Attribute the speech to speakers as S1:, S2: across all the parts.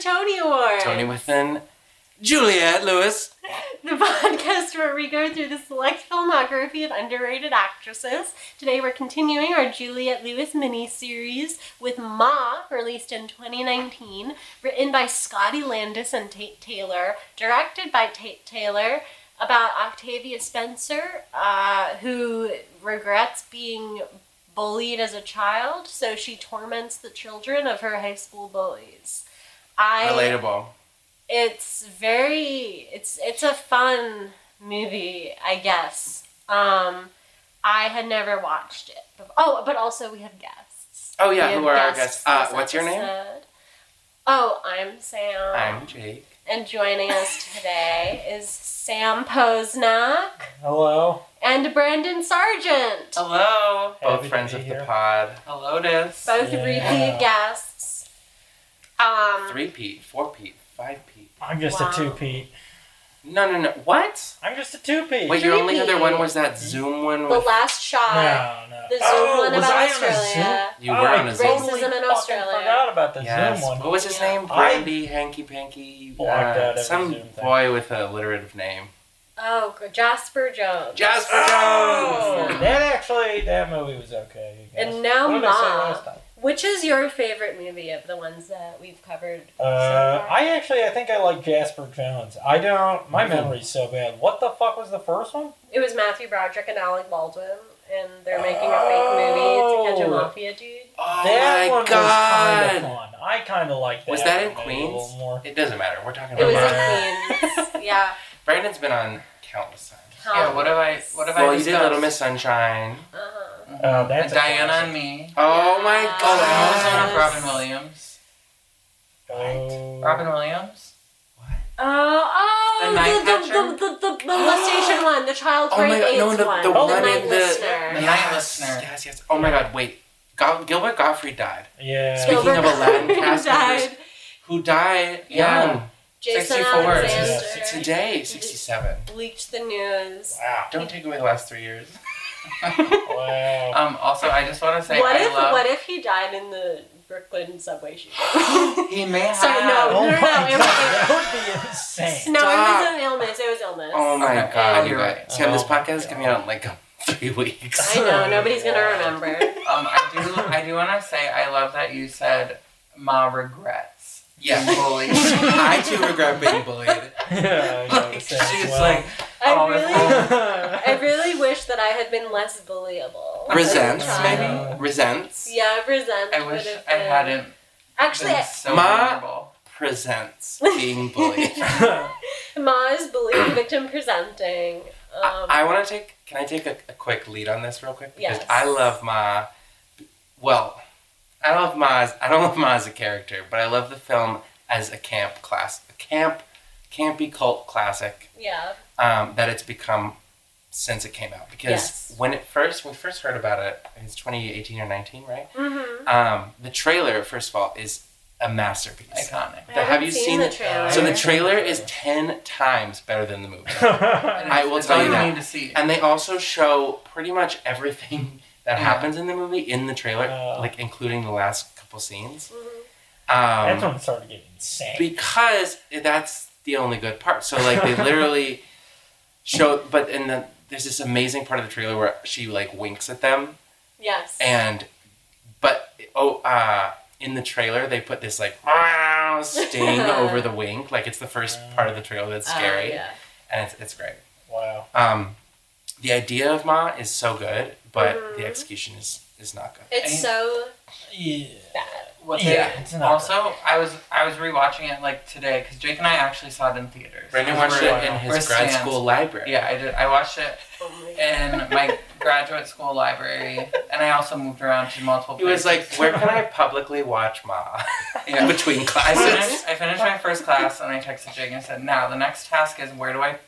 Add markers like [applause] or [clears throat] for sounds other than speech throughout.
S1: Tony Award.
S2: Tony with an Juliet Lewis.
S1: The [laughs] podcast where we go through the select filmography of underrated actresses. Today we're continuing our Juliette Lewis miniseries with Ma, released in 2019, written by Scotty Landis and Tate Taylor, directed by Tate Taylor, about Octavia Spencer, uh, who regrets being bullied as a child, so she torments the children of her high school bullies. I
S2: Relatable.
S1: it's very it's it's a fun movie i guess um i had never watched it before. oh but also we have guests
S2: Oh
S1: We
S2: yeah,
S1: have
S2: who are our guests? Uh,
S1: this
S2: what's your name?
S1: episode. oh i'm sam
S2: I'm Jake.
S1: and joining us today is sam posnock
S3: Hello.
S1: and brandon sargent
S2: Oh, Hello.
S3: Happy
S2: Both
S3: to
S2: friends
S3: be
S2: of the
S3: here.
S2: pod. Hello, Des.
S1: both
S3: Yeah.
S1: repeat guests um
S2: Three P, four P, five P.
S3: I'm just
S1: Wow.
S3: a two peat.
S2: No, no, no. What?
S3: I'm just a two peat.
S2: Wait, your only
S1: Three-peat.
S2: other one was that Zoom one
S1: the
S2: with
S1: last shot
S3: no, no.
S1: the zoom
S3: oh,
S1: one
S3: was
S1: about
S3: I on a
S1: australia
S3: Zoom?
S2: you
S3: Oh,
S2: were
S3: I
S2: on a
S1: raised
S2: Zoom.
S1: his-
S3: totally
S1: Racism in
S3: fucking
S1: Australia.
S3: forgot about the
S2: Yes.
S3: Zoom one.
S2: What was his
S1: Yeah.
S2: name?
S3: I-
S2: Brandy Hanky Panky. uh,
S3: Blocked out every
S2: some
S3: Zoom thing.
S2: boy with a alliterative name.
S1: oh jasper jones
S2: Jasper
S3: Oh,
S2: Jones.
S3: that actually, that movie was okay. You guys.
S1: And now
S3: what did I say
S1: Ma.
S3: last time?
S1: Which is your favorite movie of the ones that we've covered?
S3: Uh,
S1: so far?
S3: I actually, I think I like Jasper Jones. I don't. My
S2: Mm.
S3: memory's so bad. What the fuck was the first one?
S1: It was Matthew Broderick and Alec Baldwin, and they're making
S3: Oh.
S1: a fake movie to catch a mafia dude.
S2: Oh
S3: that
S2: my
S3: one was
S2: god.
S3: kind of fun. I kind of like that.
S2: Was that in
S3: one maybe a little
S2: Queens?
S3: more.
S2: It doesn't matter. We're talking
S1: It
S2: about
S1: was
S2: Brandon.
S1: in
S2: [laughs]
S1: Queens. yeah.
S2: Brandon's been on countless times.
S1: Oh.
S4: Yeah, what have I? What have I?
S2: well, you did
S4: discussed?
S2: Little Miss Sunshine.
S1: Uh-huh.
S3: Oh, that's a
S4: Diana
S3: classic.
S4: and me.
S2: Oh my
S1: Yes.
S4: Oh, I was
S2: god.
S4: on with Robin Williams.
S3: Oh.
S4: Robin Williams.
S1: Oh,
S2: The Night
S1: oh, the, the, the, the, the
S3: [gasps]
S1: molestation one, the child
S2: Oh my
S1: rape
S2: God,
S1: AIDS
S2: no, the-
S1: one,
S2: the
S3: one in
S1: night
S2: the-
S4: The
S1: listener.
S4: Night
S2: Yes,
S4: Listener.
S2: yes, yes. Oh my god, wait. Go- Gilbert Gottfried died.
S3: Yeah.
S2: Speaking of Aladdin cast members,
S1: died.
S2: who died
S4: Yeah.
S2: young
S1: Jason
S4: 64.
S1: Alexander
S2: today, 67.
S1: leaked the news.
S3: Wow.
S2: Don't take away the last three [laughs] years.
S3: Wow.
S4: Um. Also, I just want to say
S1: What
S4: I
S1: if
S4: love.
S1: what if he died in the Brooklyn subway shooting?
S4: he may have.
S1: Sorry, no.
S3: Oh my
S1: no,
S3: god,
S1: it was-
S3: that would be insane.
S1: No,
S2: Stop.
S1: it was an illness. It was illness.
S2: Oh my
S4: Okay,
S2: god,
S4: oh,
S2: you
S4: you're
S2: guys.
S4: right.
S2: Sam, this
S3: Oh my
S2: podcast is
S3: God.
S2: coming out in like um, three weeks.
S1: I know nobody's
S2: [laughs]
S1: gonna remember.
S4: Um. I do. I do want to say I love that you said ma regrets.
S2: Yeah.
S4: being bullied.
S2: [laughs] I too regret being bullied.
S3: [laughs] yeah, I know,
S4: like,
S3: it's as
S4: she's
S3: [laughs] well.
S4: like,
S1: I
S4: Oh, that's
S1: really, I really wish that I had been less
S2: [laughs]
S1: bullyable. as a [laughs]
S2: Resents,
S1: child.
S2: maybe? Resents.
S1: Yeah, resent.
S4: I wish
S1: would have
S4: I
S1: been-
S4: hadn't
S1: uh, Actually,
S4: been so
S2: Ma-
S4: vulnerable.
S1: [laughs]
S2: Presents being bullied.
S1: Um, Ma is bullying [clears throat] victim presenting. Um,
S2: I, want to take. Can I take a, a quick lead on this real quick? Because
S1: Yes.
S2: I love Ma. Well, I love Ma. As, I don't love Ma as a character, but I love the film as a camp class, a camp, campy cult classic
S1: yeah.
S2: um, that it's become since it came out. Because
S1: Yes.
S2: when it first, when we first heard about it, it's 2018 or 19, right?
S1: Mm-hmm.
S2: Um, the trailer, first of all, is a masterpiece.
S4: Iconic.
S2: Have you seen
S1: the
S2: the-
S1: trailer?
S2: So the trailer is ten times better than the movie.
S3: [laughs]
S2: I will
S4: It's
S2: tell
S4: all
S2: you that.
S4: need to see.
S2: And they also show pretty much everything [laughs] that
S4: Yeah.
S2: happens in the movie in the trailer,
S3: Yeah.
S2: like including the last couple scenes.
S1: Mhm.
S3: That's
S2: Um,
S3: when it started getting insane.
S2: because that's the only good part. So like they literally show, but in the there's this amazing part of the trailer where she like winks at them,
S1: Yes.
S2: and but oh, uh, in the trailer they put this like [laughs] "Meow" sting over the wink, like it's the first part of the trailer that's
S1: Uh,
S2: scary,
S1: yeah.
S2: and it's it's great.
S3: wow.
S2: Um, the idea of Ma is so good, but
S1: Mhm.
S2: the execution is is not good.
S1: It's so
S3: Yeah.
S1: bad.
S4: What they-
S3: yeah. It's not
S4: Also, I was I was rewatching it like today because Jake and I actually saw it in theaters.
S2: Brandon
S4: Because
S2: watched
S4: we're-
S2: it in
S4: we're
S2: his grad
S4: stands.
S2: school library.
S4: Yeah, I did. I watched it
S1: Oh my God. [laughs]
S4: in my graduate school library, and I also moved around to multiple.
S2: He was
S4: places.
S2: like, "Where can I publicly watch Ma
S4: [laughs]
S2: [laughs]
S4: Yeah.
S2: between
S4: I
S2: classes?"
S4: finished, I finished my first class, and I texted Jake and I said, "Now the next task is where do I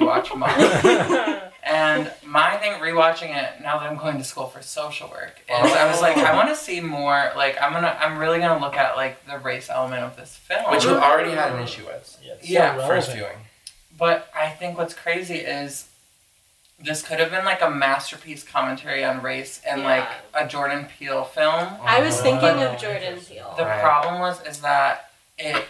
S2: [laughs]
S4: watch mom?" and my thing, rewatching it now that I'm going to school for social work, is I was like,
S2: Oh.
S4: I want to see more. Like, I'm gonna, I'm really gonna look at like the race element of this film,
S2: Which you already had an issue with.
S3: Yeah. it's so
S4: Yeah,
S2: First
S3: relevant.
S2: viewing.
S4: But I think what's crazy is this could have been like a masterpiece commentary on race and
S1: Yeah.
S4: like a Jordan Peele film.
S2: Uh-huh.
S1: I was thinking
S3: Oh,
S1: of Jordan Peele.
S4: The
S2: Right.
S4: problem was is that it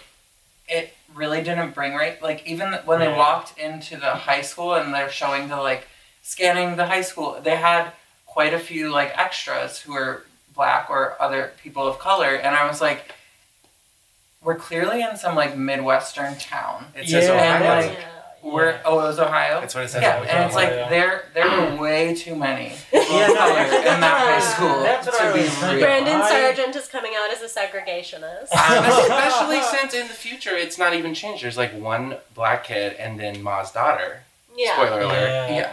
S4: it really didn't bring right like even when they
S3: Yeah.
S4: walked into the high school and they're showing the like scanning the high school they had quite a few like extras who were black or other people of color and i was like we're clearly in some like midwestern town
S2: It says
S3: Yeah,
S2: Ohio.
S4: like- we're oh it was ohio
S2: That's what it says.
S4: yeah
S2: on the
S4: and it's
S2: wiki.
S4: like
S3: Ohio.
S4: there there were way too many
S3: Yeah, [laughs]
S4: of
S3: no,
S4: color in that high school
S3: That's what
S4: to
S3: I
S4: be
S3: was thinking.
S4: real.
S1: Brandon
S3: I-
S1: Sargent is coming out as a segregationist.
S2: Um, especially since in the future it's not even changed. There's like one black kid and then Ma's daughter.
S1: Yeah.
S2: Spoiler alert.
S3: Yeah.
S2: Yeah.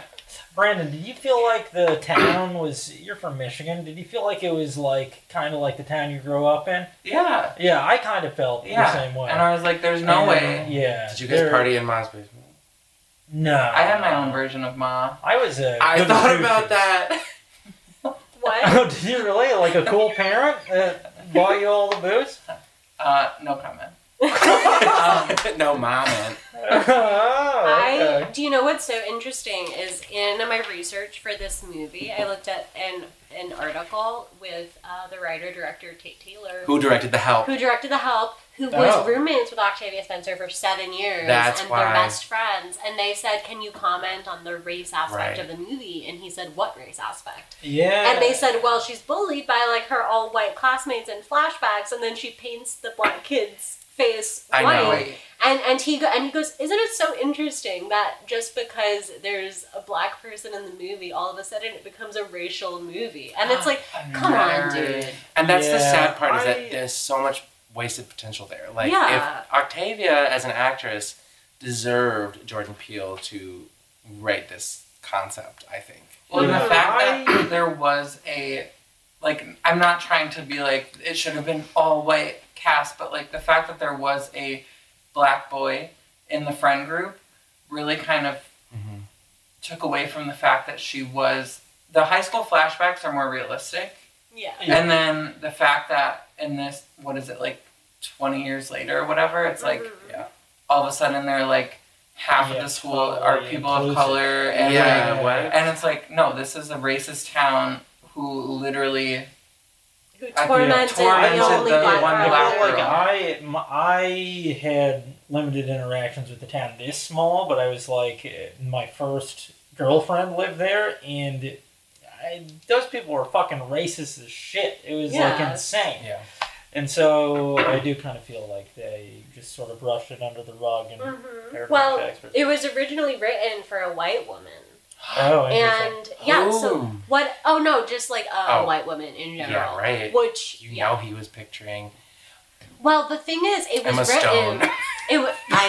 S3: Brandon, did you feel like the town was? You're from Michigan. Did you feel like it was like kind of like the town you grew up in?
S4: yeah
S3: Yeah, I kind of felt
S4: Yeah,
S3: the same way.
S4: and i was like there's no
S3: And,
S4: way
S3: Yeah.
S2: Did you guys
S3: there-
S2: party in Ma's basement?
S3: No.
S4: I had my own version of Ma.
S3: I was a.
S2: I
S3: good
S2: thought
S3: recruiter.
S2: about that.
S1: What?
S3: [laughs] Oh, did you really? Like a cool parent that bought you all the booze? [laughs]
S4: Uh, no comment.
S1: [laughs]
S2: no, Ma man.
S3: [laughs] oh,
S1: I do you know what's so interesting is in my research for this movie, I looked at an an article with uh, the writer director Tate Taylor,
S2: Who directed The Help?
S1: who directed The Help, who
S2: Oh.
S1: was roommates with Octavia Spencer for seven years,
S2: That's
S1: and
S2: why.
S1: they're best friends. And they said, "Can you comment on the race aspect of
S2: Right.
S1: the movie?" And he said, "What race aspect?"
S3: yeah. [laughs]
S1: And they said, "Well, she's bullied by like her all white classmates in flashbacks, and then she paints the black kid's face
S2: I
S1: white."
S2: know.
S4: Wait,
S1: And and he go, and he goes, isn't it so interesting that just because there's a black person in the movie, all of a sudden it becomes a racial movie, and it's like,
S4: I'm
S1: come on,
S4: married.
S1: dude.
S2: And that's the
S3: Yeah,
S2: sad part is
S3: I-
S2: that there's so much wasted potential there. Like
S1: Yeah.
S2: if Octavia as an actress deserved Jordan Peele to write this concept, I think.
S4: Well,
S3: Yeah.
S4: the fact
S3: I-
S4: that [coughs] there was a, like, I'm not trying to be like it should have been all white cast, but like the fact that there was a black boy in the friend group really kind of
S2: Mhm.
S4: took away from the fact that she was. The high school flashbacks are more realistic,
S1: Yeah.
S3: Yeah.
S4: and then the fact that in this, what is it like, 20 years later or whatever, it's like.
S1: Mhm.
S2: yeah.
S4: all of a sudden they're like half of
S3: Yeah,
S4: the school are
S3: totally
S4: people of
S3: inclusive.
S4: color and
S2: yeah,
S3: like-
S2: what?
S4: like, and it's like no this is a racist town who literally
S1: Who
S4: I-
S1: tormented,
S4: tormented
S1: the only
S4: the
S1: black
S4: one
S1: girl.
S4: black
S3: like
S4: girl.
S3: I, my, I had limited interactions with the town. It is small, but I was like, eh, my first girlfriend lived there, and I, those people were fucking racist as shit. It was like
S1: Yeah.
S3: insane.
S2: Yeah.
S3: And so I do kind of feel like they just sort of brushed it under the rug and.
S1: Mhm.
S3: aired it
S1: Well,
S3: to experts.
S1: it was originally written for a white woman,
S3: oh, interesting.
S1: and yeah, so
S2: Ooh.
S1: what? Oh no, just like a
S2: Oh.
S1: white woman in
S2: Yeah,
S1: general,
S2: right.
S1: Which
S2: You
S1: yeah.
S2: know he was picturing
S1: Well, the thing is, it was
S2: Emma
S1: written.
S2: Stone.
S1: [laughs] It wa- I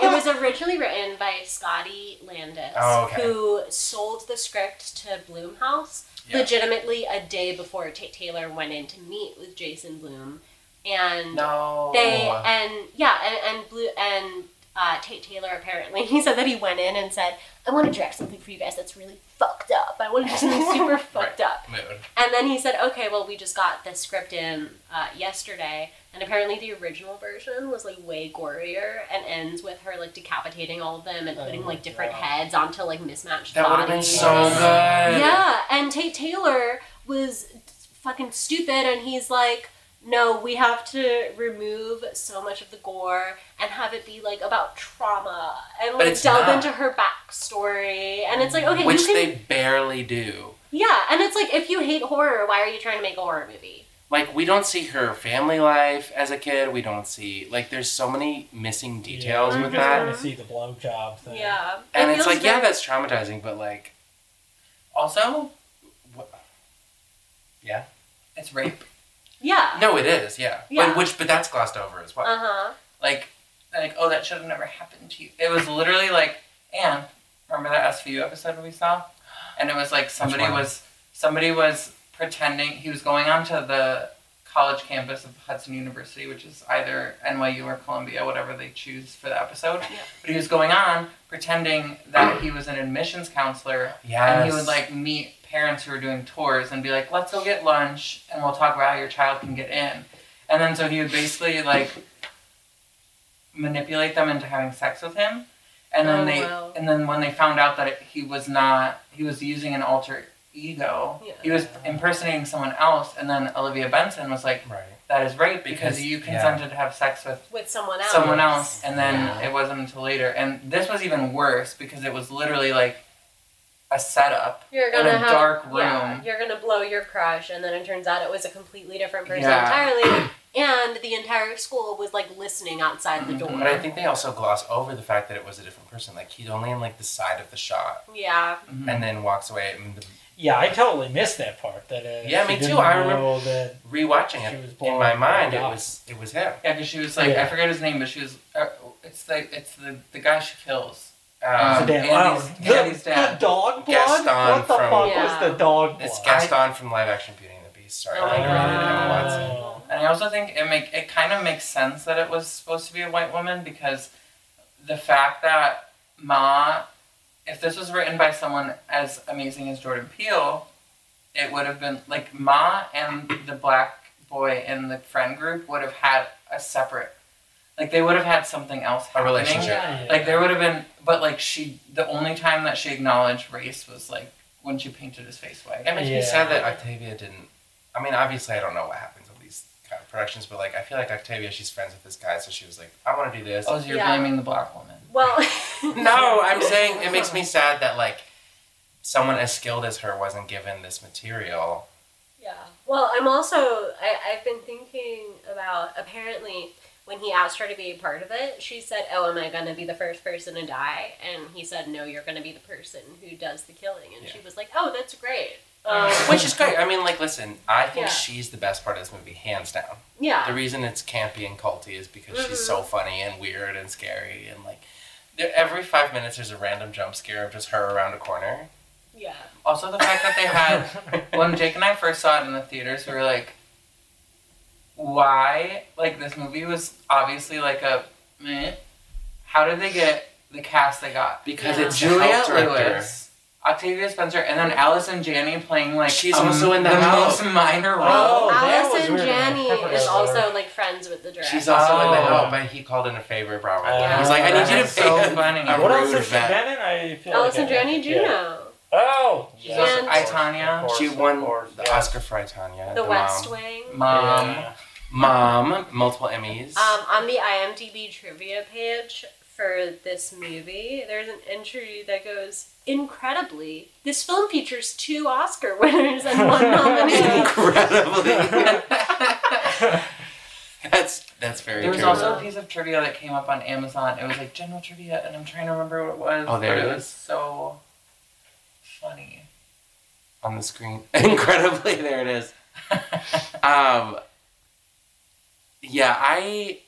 S1: know. it was originally written by Scotty Landis,
S2: Oh, okay.
S1: who sold the script to Bloomhouse
S2: Yeah.
S1: legitimately a day before Tate Taylor went in to meet with Jason Bloom, and
S2: No.
S1: they and yeah, and and Blue and uh, Tate Taylor apparently [laughs] he said that he went in and said, "I want to direct something for you guys that's really fucked up. I want to do
S2: [laughs]
S1: something super fucked up."
S2: Mood.
S1: And then he said, okay, well, we just got this script in uh, yesterday. And apparently the original version was like way gorier and ends with her like decapitating all of them and
S3: Oh
S1: putting
S3: my
S1: like different
S3: God.
S1: heads onto like mismatched
S2: That would have
S1: bodies.
S2: been so good.
S1: Yeah, and Tate Taylor was fucking stupid, and he's like, no, we have to remove so much of the gore and have it be like about trauma and
S2: But
S1: like
S2: it's
S1: delve
S2: not.
S1: into her backstory. And it's like, okay,
S2: Which
S1: you can
S2: they barely do.
S1: yeah, and it's like if you hate horror, why are you trying to make a horror movie?
S2: Like we don't see her family life as a kid. We don't see like there's so many missing details
S1: Yeah.
S2: with
S1: Mhm.
S2: that.
S3: want to see the blowjob thing.
S1: Yeah,
S2: And it's like, yeah, that's traumatizing, but like,
S4: also
S2: what?
S4: it's rape
S1: yeah,
S2: no, it is, yeah.
S1: Yeah.
S2: But which, but that's glossed over as well.
S1: uh huh,
S4: like they're like oh that should have never happened to you it was literally like and remember that SVU episode we saw and it was like somebody
S2: one?
S4: was somebody was pretending he was going onto the college campus of Hudson University which is either NYU or Columbia whatever they choose for the episode
S1: Yeah.
S4: but he was going on pretending that he was an admissions counselor
S2: yes.
S4: And he would like meet parents who were doing tours and be like, let's go get lunch and we'll talk about how your child can get in. And then so he would basically like manipulate them into having sex with him. And then
S1: Oh,
S4: they
S1: wow.
S4: and then when they found out that it, he was not he was using an alter ego.
S1: Yeah.
S4: He was impersonating someone else and then Olivia Benson was like,
S2: right.
S4: that is rape because,
S2: Because-
S4: you
S2: yeah.
S4: consented to have sex with
S1: with someone else.
S4: someone else and then
S2: Yeah.
S4: it wasn't until later and this was even worse because it was literally like a setup
S1: You're
S4: in
S1: gonna
S4: a
S1: have,
S4: dark
S1: Yeah,
S4: room.
S1: you're gonna blow your crush, and then it turns out it was a completely different person
S2: [coughs]
S4: Yeah.
S1: entirely. And the entire school was like listening outside the door.
S2: Mm-hmm. But I think they also gloss over the fact that it was a different person. Like he's only in like the side of the shot,
S1: Yeah,
S4: Mhm.
S2: and then walks away. And the,
S3: Yeah, I totally missed that part. That uh,
S2: Yeah,
S3: she
S2: me
S3: didn't
S2: too, I remember-
S3: know That,
S2: rewatching
S3: She was
S2: it in
S3: blowing
S2: my mind, it
S3: up.
S2: was it was him.
S4: yeah because she was like
S3: Yeah.
S4: i forget his name but she was uh, it's like it's the the guy she kills
S2: Um,
S4: Sedan.
S3: Damn,
S4: Andy's-
S3: wow.
S4: Andy's
S3: the,
S4: dad.
S3: the dog blood.
S2: Gaston
S3: what the
S2: from-
S3: fuck
S1: Yeah.
S3: was the dog
S2: it's
S3: blood?
S2: Gaston from live action Beauty and the Beast. Sorry,
S1: Oh
S2: I
S1: my
S2: don't really know Emma
S3: God.
S2: Watson.
S4: and i also think it make it kind of makes sense that it was supposed to be a white woman because the fact that ma if this was written by someone as amazing as jordan peele it would have been like ma and the black boy in the friend group would have had a separate like they would have had something else
S2: A
S4: happening.
S2: relationship.
S3: Yeah, yeah.
S4: like there would have been but like she the only time that she acknowledged race was like when she painted his face white
S2: It makes me
S3: Yeah.
S2: sad that Octavia didn't. I mean, obviously, I don't know what happens in these kind of productions, but like, I feel like Octavia, she's friends with this guy, so she was like, "I want to do this."
S4: oh so you're
S1: Yeah.
S4: blaming the black woman
S1: Well,
S2: [laughs]
S1: [laughs]
S2: No, I'm saying it makes me sad that like someone as skilled as her wasn't given this material.
S1: Yeah. Well, I'm also I, I've been thinking about apparently when he asked her to be a part of it, she said, "Oh, am I going to be the first person to die?" And he said, "No, you're going to be the person who does the killing." And she was like, "Oh, that's great."
S3: Uh,
S1: Um,
S2: Which is great. I mean, like, listen, I think
S1: Yeah.
S2: she's the best part of this movie, hands down. The
S1: yeah.
S2: reason it's campy and culty is because she's
S1: Mhm.
S2: so funny and weird and scary and like there, every five minutes there's a random jump scare of just her around a corner.
S1: Yeah.
S4: also the fact that they had
S2: [laughs]
S4: when Jake and I first saw it in the theaters, we were like, why? Like, this movie was obviously like a meh. How did they get the cast they got?
S2: because
S1: Yeah.
S2: it's
S4: Juliette
S2: Juliet Lewis.
S4: Lewis, Octavia Spencer, and then Allison Janney playing like
S2: She's
S4: a m-
S2: also in The House.
S4: most minor role.
S3: Oh, that was
S1: Allison
S3: weird.
S1: Janney
S3: I forgot
S1: is
S3: about
S1: also
S3: her.
S1: like friends with the director.
S2: She's also in the
S4: Oh.
S2: help, but he called in a favor probably.
S3: Oh,
S2: He was like, I need you to
S4: that's
S2: pay
S4: so
S2: him
S4: funny.
S2: a
S3: [laughs] What else
S2: rude
S3: has she
S2: vet.
S3: been in? I feel
S1: Allison
S3: like I-
S1: Janney
S3: yeah.
S1: Juno,
S3: Oh,
S4: She's also
S1: And-
S4: I, Tanya.
S3: Of
S2: [laughs]
S3: course,
S2: She
S3: of
S2: won
S3: course,
S2: the
S3: yeah.
S2: Oscar um, for I, Tanya.
S1: The West
S2: mom.
S1: Wing.
S4: Mom.
S3: Yeah.
S2: Mom, multiple Emmys. [laughs]
S1: Um, on the IMDb trivia page for this movie, there's an entry that goes, Incredibly, this film features two Oscar winners and
S2: [laughs]
S1: one nominee.
S2: Incredibly. that's that's very
S4: There was
S2: true.
S4: also a piece of trivia that came up on Amazon. It was like general trivia, and I'm trying to remember what it was.
S2: Oh, there
S4: but
S2: it
S4: it was so funny.
S2: on the screen. [laughs] Incredibly, there it is. Um, yeah, I,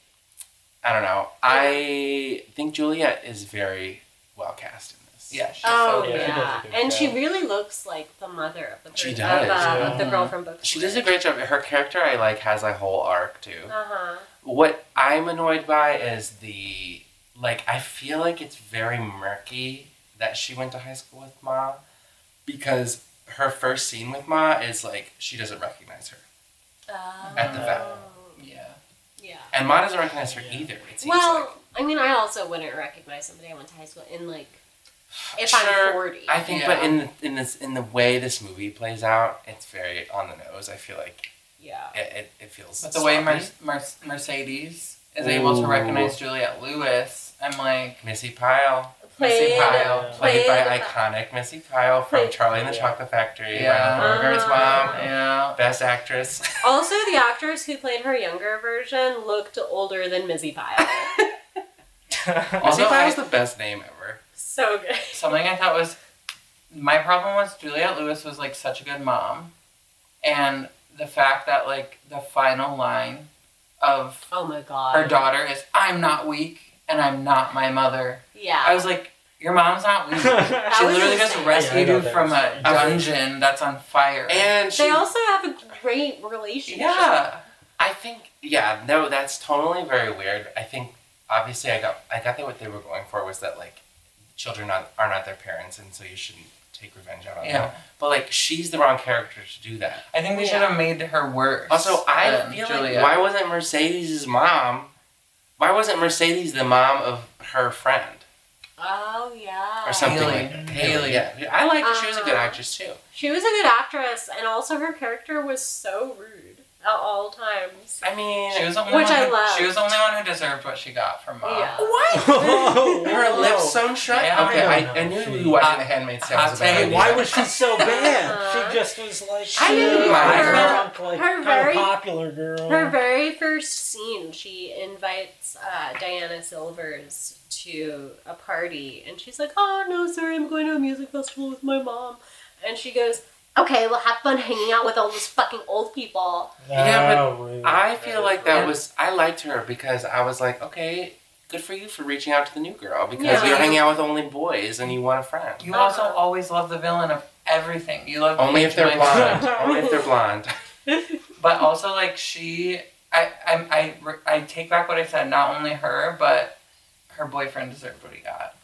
S2: I don't know. I think Juliet is very well cast in this.
S4: yeah, she's
S1: oh,
S4: so
S3: Yeah,
S1: yeah.
S3: she
S4: good.
S3: does a good
S1: and she
S3: job.
S1: really looks like the mother of the,
S2: She
S1: person-
S2: does,
S1: of, um,
S3: yeah.
S1: the girl from Book.
S2: She does a great job. Her character, I like, has a whole arc too.
S1: Uh huh.
S2: What I'm annoyed by is the like. I feel like it's very murky that she went to high school with Ma, because her first scene with Ma is like she doesn't recognize her, At the vet.
S4: Yeah.
S1: Oh, Yeah.
S2: and Ma doesn't recognize her
S3: Yeah.
S2: either. It seems
S1: Well,
S2: like.
S1: I mean, I also wouldn't recognize somebody I went to high school in, like, if
S2: Sure,
S1: I'm 40.
S2: I think,
S4: Yeah.
S2: but in the, in this in the way this movie plays out, it's very on the nose. I feel like
S1: yeah.
S2: it, it, it feels.
S4: But the way Mer-
S2: sloppy.
S4: Mer- Mercedes is able
S2: Ooh.
S4: to recognize Juliet Lewis, I'm like,
S2: Missy Pyle,
S1: Played,
S4: Pyle,
S2: played by
S1: played-
S2: iconic Missy Pyle from
S1: Played-
S2: Charlie and the
S3: Yeah.
S2: Chocolate Factory,
S4: Yeah.
S2: Ryan Berger's
S1: Ah.
S2: mom,
S4: yeah.
S2: best actress.
S1: [laughs]
S2: [laughs]
S1: Also, the actress who played her younger version looked older than Mizzy Pyle.
S2: Missy
S4: Although
S2: Pyle's
S4: I-
S2: the best name ever.
S1: so good.
S4: Something I thought was my problem was Juliet Lewis was like such a good mom, and the fact that like the final line of
S1: Oh my god.
S4: her daughter is "I'm not weak and I'm not my mother."
S1: Yeah.
S4: I was like, "Your mom's
S3: [laughs]
S4: not weak."
S3: Yeah.
S4: She
S1: was
S4: literally just
S1: insane.
S4: rescued
S3: Yeah, I
S4: you
S3: know that
S4: from
S3: was
S4: a
S3: insane.
S4: dungeon that's on fire.
S2: And she,
S1: they also have a great relationship.
S4: yeah.
S2: I think, yeah, no, that's totally very weird. I think obviously, I got, I got that what they were going for was that like children not, are not their parents, and so you shouldn't take revenge out on them.
S4: Yeah.
S2: But like, she's the wrong character to do that.
S4: I think they
S1: Yeah.
S4: should have made her worse.
S2: Also, I
S4: than
S2: feel
S4: Uh,
S2: like
S4: Juliet.
S2: why wasn't Mercedes' mom? Why wasn't Mercedes the mom of her friend
S1: Oh yeah.
S2: or something?
S4: Haley.
S2: like that?
S4: Haley.
S2: Yeah, I like. She was a good
S1: Ah.
S2: actress too.
S1: She was a good actress, and also her character was so rude. at all times.
S2: I mean,
S4: She was the only
S1: Which
S4: one
S1: I
S4: who,
S1: loved.
S4: She was the only one who deserved what she got from mom.
S1: Yeah.
S3: Whoa.
S2: her lips sewn shut.
S4: Yeah.
S2: okay,
S3: I
S2: Oh. I,
S3: don't
S2: I,
S3: know.
S2: knew
S3: She-
S2: we watching The Handmaid's Tale
S4: Hot
S2: was a
S4: take.
S2: bad
S3: Hey,
S2: idea.
S4: [laughs]
S3: why was she so bad?
S1: [laughs] Uh-huh.
S3: She just was like,
S1: I didn't
S3: "Shh,
S2: mind her.
S3: drunk, like,
S1: Her
S3: kinda
S1: very-
S3: popular girl.
S1: Her very first scene, she invites uh, Diana Silvers to a party, and she's like, "Oh no, sorry, I'm going to a music festival with my mom," and she goes. Okay, well, have fun hanging out with all those fucking old
S3: [laughs]
S1: people.
S2: Yeah,
S3: Oh, rude.
S2: I feel like that
S4: Yeah.
S2: was I liked her because I was like, okay, good for you for reaching out to the new girl because
S1: Yeah.
S2: you're hanging out with only boys and you want a friend.
S4: You also always love the villain of everything. You love
S2: Only if they're
S4: Paige
S2: blonde. [laughs]
S4: Winslet.
S2: only if they're blonde.
S4: [laughs] But also, like she, I, I, I, I take back what I said. Not only her, but her boyfriend deserved what he got.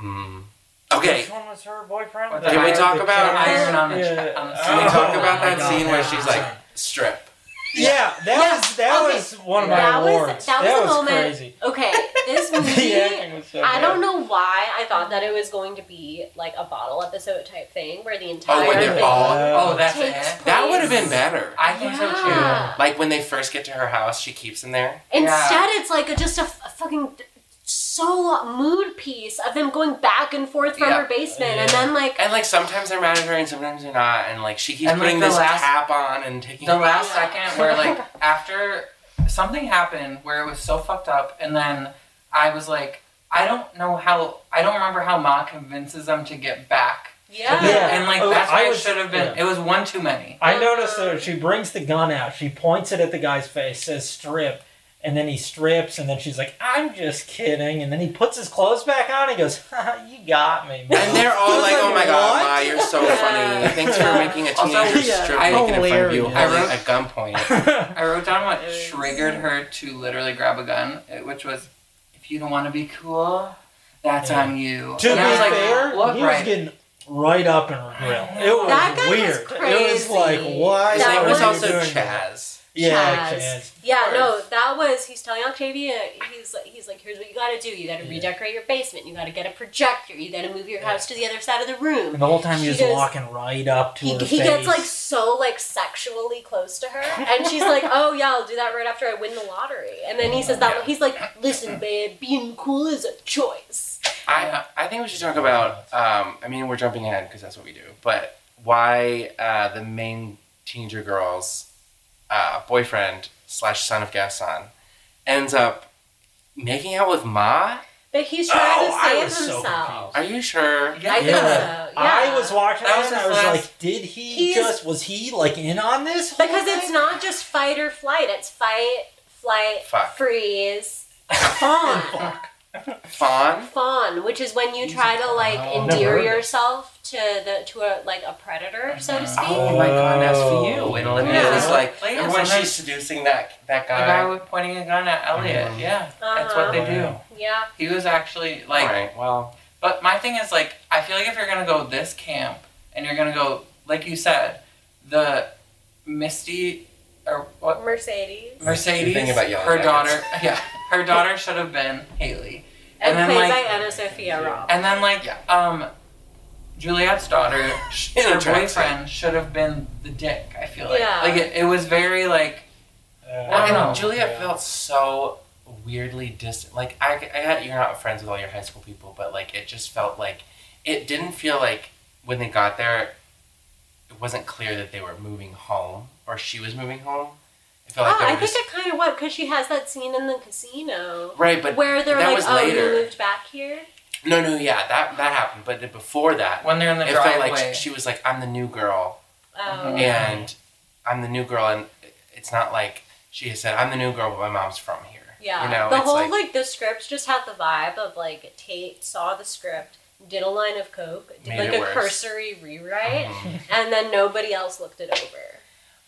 S2: Mm. [laughs] Okay,
S3: Which one was her boyfriend?
S4: What the- Can we
S2: talk about-
S4: Iron on the
S3: Yeah.
S4: ch- on the
S2: can we
S4: Oh
S2: talk about
S4: my
S2: that
S4: God.
S2: scene where she's like strip?
S3: Yeah, that was that
S1: okay.
S3: was one of my
S1: That was-
S3: awards.
S1: that was a moment-
S3: crazy.
S1: Okay, this
S3: the
S1: movie
S3: acting was so
S1: I
S3: bad.
S1: don't know why I thought that it was going to be like a bottle episode type thing where the entire
S2: Oh, when they're
S1: thing
S2: bald.
S4: Oh, that's
S1: takes
S4: it.
S1: place.
S2: That would have been better.
S4: I think so too.
S1: Yeah.
S2: Like when they first get to her house, she keeps him there.
S1: Instead, it's like a, just a, f- a fucking solo mood piece of them going back and forth from
S4: Yeah.
S1: her basement,
S3: Yeah.
S1: and then like
S2: And like sometimes they're mad at her and sometimes they're not. And like she keeps
S4: And, like,
S2: putting
S4: the
S2: this
S4: last-
S2: cap on and taking.
S4: The last
S1: Yeah.
S4: second
S1: [laughs]
S4: where like after something happened where it was so fucked up and then I was like I don't know how I don't remember how Ma convinces them to get back.
S1: yeah,
S3: Yeah.
S4: And like
S3: Oh,
S4: that's
S3: I
S4: why it
S3: was-
S4: should have been
S3: yeah.
S4: it was one too many.
S3: I noticed though she brings the gun out. She points it at the guy's face, says "strip," and then he strips, and then she's like, "I'm just kidding," and then he puts his clothes back on. He goes, "Haha, "You got me." man."
S2: And they're all like, "Oh my god, Ma, you're so
S1: Yeah.
S2: funny! Thanks for making a
S4: Also,
S2: teenager
S3: yeah.
S2: strip
S4: I-
S2: naked in front of you,
S3: Hilarious.
S2: holding
S4: I wrote-
S2: at gunpoint."
S4: I wrote down what
S1: Yes.
S4: triggered her to literally grab a gun, eh, which was if you don't want to be cool, that's
S3: Yeah.
S4: on you.
S3: [laughs] to be
S4: and I was like,
S3: fair,
S4: look
S3: he was
S4: right.
S3: getting right up in her grill. It was
S1: That guy was
S3: weird. It was
S1: crazy.
S3: like, why?
S2: His
S1: That
S2: name
S3: are
S2: was
S3: you
S2: also
S3: doing that?
S2: Chaz.
S3: Yeah,
S1: Chaz.
S3: Chaz.
S1: Yeah,
S4: Of
S1: no,
S4: course.
S1: that was he's telling Octavia he's he's like, here's what you gotta do. You gotta
S3: Yeah.
S1: redecorate your basement. You gotta get a projector. You gotta move your
S3: Yeah.
S1: house to the other side of the room.
S3: And the whole time
S1: She
S3: he was
S1: goes-
S3: walking right up to
S1: He,
S3: her
S1: he
S3: face.
S1: gets like so like sexually close to her, and she's like, "Oh yeah, I'll do that right after I win the lottery." And then he says that
S2: Yeah.
S1: he's like, "Listen, babe, being cool is a choice."
S2: I I think we should talk about. Um, I mean, we're jumping ahead because that's what we do. But why uh, the main teenager girl's uh, boyfriend slash son of Gaston ends up making out with Ma?
S1: But he's
S3: Oh,
S1: trying to
S3: I
S1: save
S3: was so
S1: himself.
S2: Are you sure?
S4: Yeah.
S1: I think so.
S3: Yeah.
S1: Yeah,
S3: I was watching
S4: That
S3: that,
S4: was
S3: and
S4: his
S3: I was
S4: last-
S3: like, did he
S1: He's-
S3: just was he like in on this? whole
S1: because it's
S3: thing?
S1: not just fight or flight; it's fight, flight,
S2: Fuck.
S1: freeze,
S3: [laughs]
S1: fawn.
S2: Fawn.
S1: fawn, which is when you
S4: Easy.
S1: try to like
S4: Oh.
S3: Never
S1: endear
S3: heard of it.
S1: yourself to the to a like a predator, so to
S4: Mhm.
S3: Uh-huh.
S1: speak.
S2: Oh my god, that's for you. And Olivia
S4: Yeah.
S2: is like,
S4: Like,
S2: and when
S4: sometimes-
S2: she's seducing that that
S4: The guy
S2: guy.
S4: was pointing a gun at Elliot.
S2: Mhm.
S3: Mm-hmm.
S4: Yeah, that's
S1: Uh-huh.
S4: what they do.
S1: Yeah.
S4: He was actually like,
S2: All right,
S4: [laughs]
S2: well,
S4: but my thing is like, I feel like if you're gonna go this camp and you're gonna go, like you said, the Misty or what
S1: Mercedes.
S4: Mercedes,
S2: Good thing about yellow
S4: her
S2: jackets.
S4: daughter, [laughs] yeah, her daughter should have been Haley,
S1: And,
S4: And then,
S1: played
S4: like-
S1: by Anna
S3: Oh,
S1: Sophia Robb.
S4: and then like
S2: Yeah.
S4: um,
S2: [laughs]
S4: Juliet's daughter, sh-
S2: In a
S4: her
S2: tracksuit.
S4: boyfriend should have been the dick. I feel like,
S1: Yeah.
S4: like it, it was very like
S3: Uh,
S4: I
S2: I
S4: don't
S2: know.
S4: know.
S2: Juliet
S3: Yeah.
S2: felt so weirdly distant. Like I, I got you're not friends with all your high school people, but like it just felt like it didn't feel like when they got there, it wasn't clear that they were moving home or she was moving home. It felt
S1: Oh,
S2: like they
S1: I
S2: were
S1: think
S2: just
S1: it kind of went because she has that scene in the casino
S2: right, but
S1: where they're
S2: that
S1: like,
S2: was
S1: "Oh,
S2: later.
S1: you moved back here."
S2: no, no, yeah, that that happened. But the- before that,
S4: when they're in the
S2: it felt
S4: driveway.
S2: like she was like, "I'm the new girl."
S3: Uh-huh.
S1: Oh,
S4: Mhm.
S2: and I'm the new girl, and it's not like she has said, I'm the new girl, but my mom's from here.
S1: yeah.
S2: You know,
S1: the
S2: it's
S1: whole
S2: like,
S1: like, the scripts just had the vibe of like Tate saw the script, did a line of coke, did
S2: Made
S1: like
S2: it
S1: a
S2: worse.
S1: cursory rewrite,
S2: mhm.
S1: and then nobody else looked it over.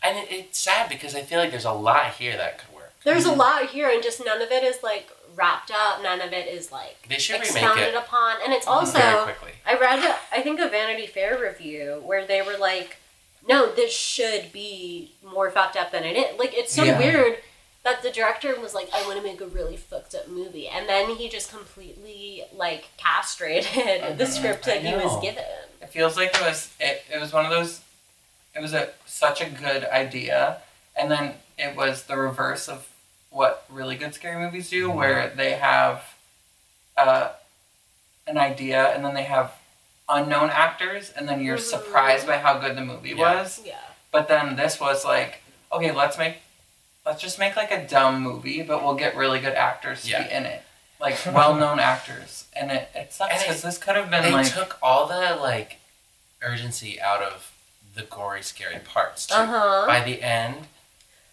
S2: And it, it's sad because I feel like there's a lot here that could work.
S1: There's a
S4: Mhm.
S1: lot here, and just none of it is like wrapped up. None of it is like
S2: They should remake
S1: expounded
S2: it
S1: upon. And it's also,
S2: very quickly.
S1: I read, a, I think, a Vanity Fair review where they were like, "No, this should be more fucked up than it is." Like, it's so
S2: Yeah.
S1: weird that the director was like, "I want to make a really fucked up movie," and then he just completely like castrated the
S4: Mhm,
S1: script
S2: I
S1: that he was
S2: know.
S1: given.
S4: It feels like it was it, it was one of those it was a such a good idea And then it was the reverse of what really good scary movies do,
S2: Mm-hmm.
S4: where they have uh, an idea and then they have unknown actors, and then you're
S1: Mhm.
S4: surprised by how good the movie
S2: Mm-hmm. Yeah.
S4: was.
S1: Yeah.
S4: But then this was like, okay, let's make, let's just make like a dumb movie, but we'll get really good actors to
S2: Yeah.
S4: be in it, like well-known actors, and it it sucks
S2: And
S4: because this could have been
S2: They
S4: like,
S2: took all the like urgency out of the gory, scary parts. Too.
S1: Uh huh.
S2: By the end,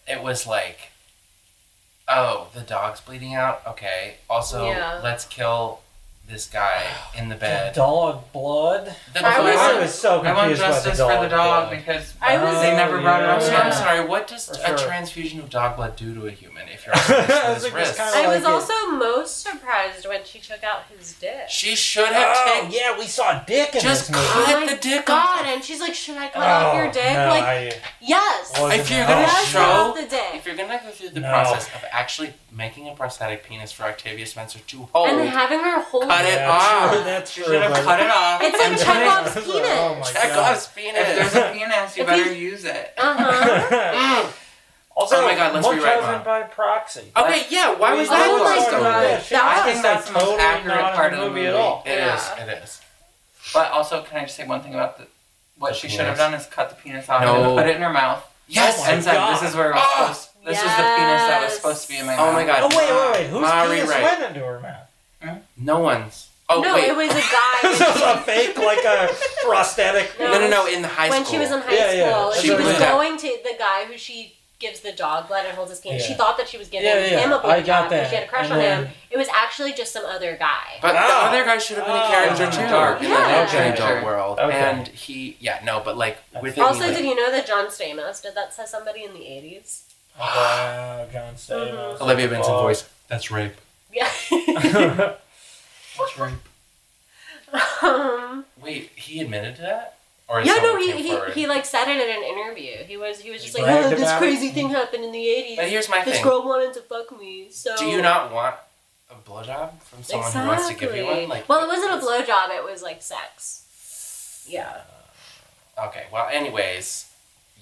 S2: it was like, oh, the dog's bleeding out. Okay. Also,
S1: Yeah.
S2: let's kill this guy in the
S3: The
S2: bed.
S3: dog blood.
S2: The
S1: I
S3: I was,
S2: dog-
S3: so
S4: I want
S3: confused by
S4: justice
S3: the dog.
S4: for the dog
S3: blood.
S4: because
S1: I was-
S4: they never brought
S2: I'm,
S4: it
S2: so-
S4: up.
S2: I'm
S1: Yeah.
S2: sorry. What does
S3: For
S2: a
S3: sure.
S2: transfusion of dog blood do to a human if
S3: [laughs]
S2: you're on his
S3: Like this
S2: wrist?
S3: kind of-
S1: I was
S3: like it.
S1: also most surprised when she took out his dick.
S2: She should have
S3: Oh,
S2: taken.
S3: yeah, we saw Dick in
S2: Just
S3: this movie. Oh,
S1: Oh
S2: cut
S1: my
S2: the dick
S1: God,
S2: off.
S1: and she's like, "Should I cut
S2: Oh,
S1: off your dick?"
S3: no,
S1: like,
S3: I,
S1: yes,
S3: Well,
S2: If you're gonna
S1: yes, cut
S2: show
S1: off the dick,
S2: If you're gonna go through the
S3: No.
S2: process of actually making a prosthetic penis for Octavia Spencer to hold,
S1: and having her hold
S2: Cut it
S1: it.
S3: yeah,
S2: off.
S3: true, that's
S4: You
S3: true.
S4: should have
S3: but-
S4: cut it off.
S1: It's
S2: And
S1: like
S2: then-
S1: Chekhov's
S3: Oh my
S1: penis.
S3: God.
S2: Chekhov's
S4: If
S2: penis.
S4: there's a penis, you
S1: If you-
S4: better use it.
S1: Uh huh.
S2: [laughs] Mm.
S3: [laughs] Also,
S2: Oh my God, let's rewrite
S3: Munchausen
S2: mine.
S3: by proxy.
S2: Okay, yeah. Why was
S4: Oh
S2: that
S1: my
S2: lost
S1: God.
S2: on
S1: Yeah.
S2: there?
S3: That
S1: That
S4: I
S3: was
S4: think that's the most
S3: totally not
S4: accurate
S3: in
S4: part
S3: the
S4: of the
S3: movie
S4: movie
S3: at all.
S2: [laughs] It
S1: Yeah.
S2: is. It is.
S4: But also, can I just say one thing about the, what
S2: The
S4: she
S2: penis.
S4: should have done is cut the penis off
S2: No.
S4: and put it in her mouth
S2: Yes.
S3: Oh my
S4: and said,
S3: God.
S4: "This is where it was
S2: Ah.
S4: supposed. This is the penis that was
S1: Yes.
S4: supposed to be in my mouth."
S2: Oh my God.
S3: Oh wait, wait, wait. Whose
S2: Ma
S3: penis
S2: rewrite.
S3: went into her mouth? [laughs]
S2: no one's. Oh
S1: no,
S2: wait.
S1: it was a guy.
S2: [laughs]
S3: This was a fake, like a prosthetic.
S2: no, no, no. In the high
S1: when
S2: school.
S1: she was in high
S3: Yeah, yeah.
S1: school,
S2: She
S1: she was
S2: was-
S1: going to the guy who she gives the dog blood and holds his penis. She
S3: Yeah.
S1: thought that she was giving
S3: Yeah, yeah,
S1: him a
S3: I
S1: blood
S3: got
S1: job because
S3: that.
S1: she had a crush
S3: And
S1: on
S3: then-
S1: him. It was actually just some other guy.
S2: But
S3: Ah.
S2: the other guy should have been a
S3: Ah.
S2: character too.
S4: Dark.
S2: In
S1: Yeah.
S2: the Jane
S4: Okay.
S2: Doe world.
S3: Okay.
S2: And he, yeah, no, but like with it,
S1: Also,
S2: he,
S1: did
S2: like,
S1: you know that John Stamos did that to somebody in the 80s?
S3: Oh, Wow, John Stamos.
S1: Mhm.
S2: Olivia Benson voice. Oh, That's rape.
S1: Yeah.
S4: That's right.
S1: [laughs] um,
S2: [laughs] Wait, he admitted to that? Or is
S1: yeah, no,
S2: someone
S1: he,
S2: came
S1: he,
S2: forward?
S1: he like said it in an interview. He was he was just
S3: He
S1: like,
S3: bragged
S1: oh, this
S3: about it?
S1: crazy thing happened in the 80s.
S2: But here's my
S1: this
S2: thing.
S1: girl wanted to fuck me, so.
S2: Do you not want a blowjob from someone who wants to give you one? Like,
S1: well, it wasn't a blowjob, it was like sex. Yeah.
S2: Okay. Well, anyways,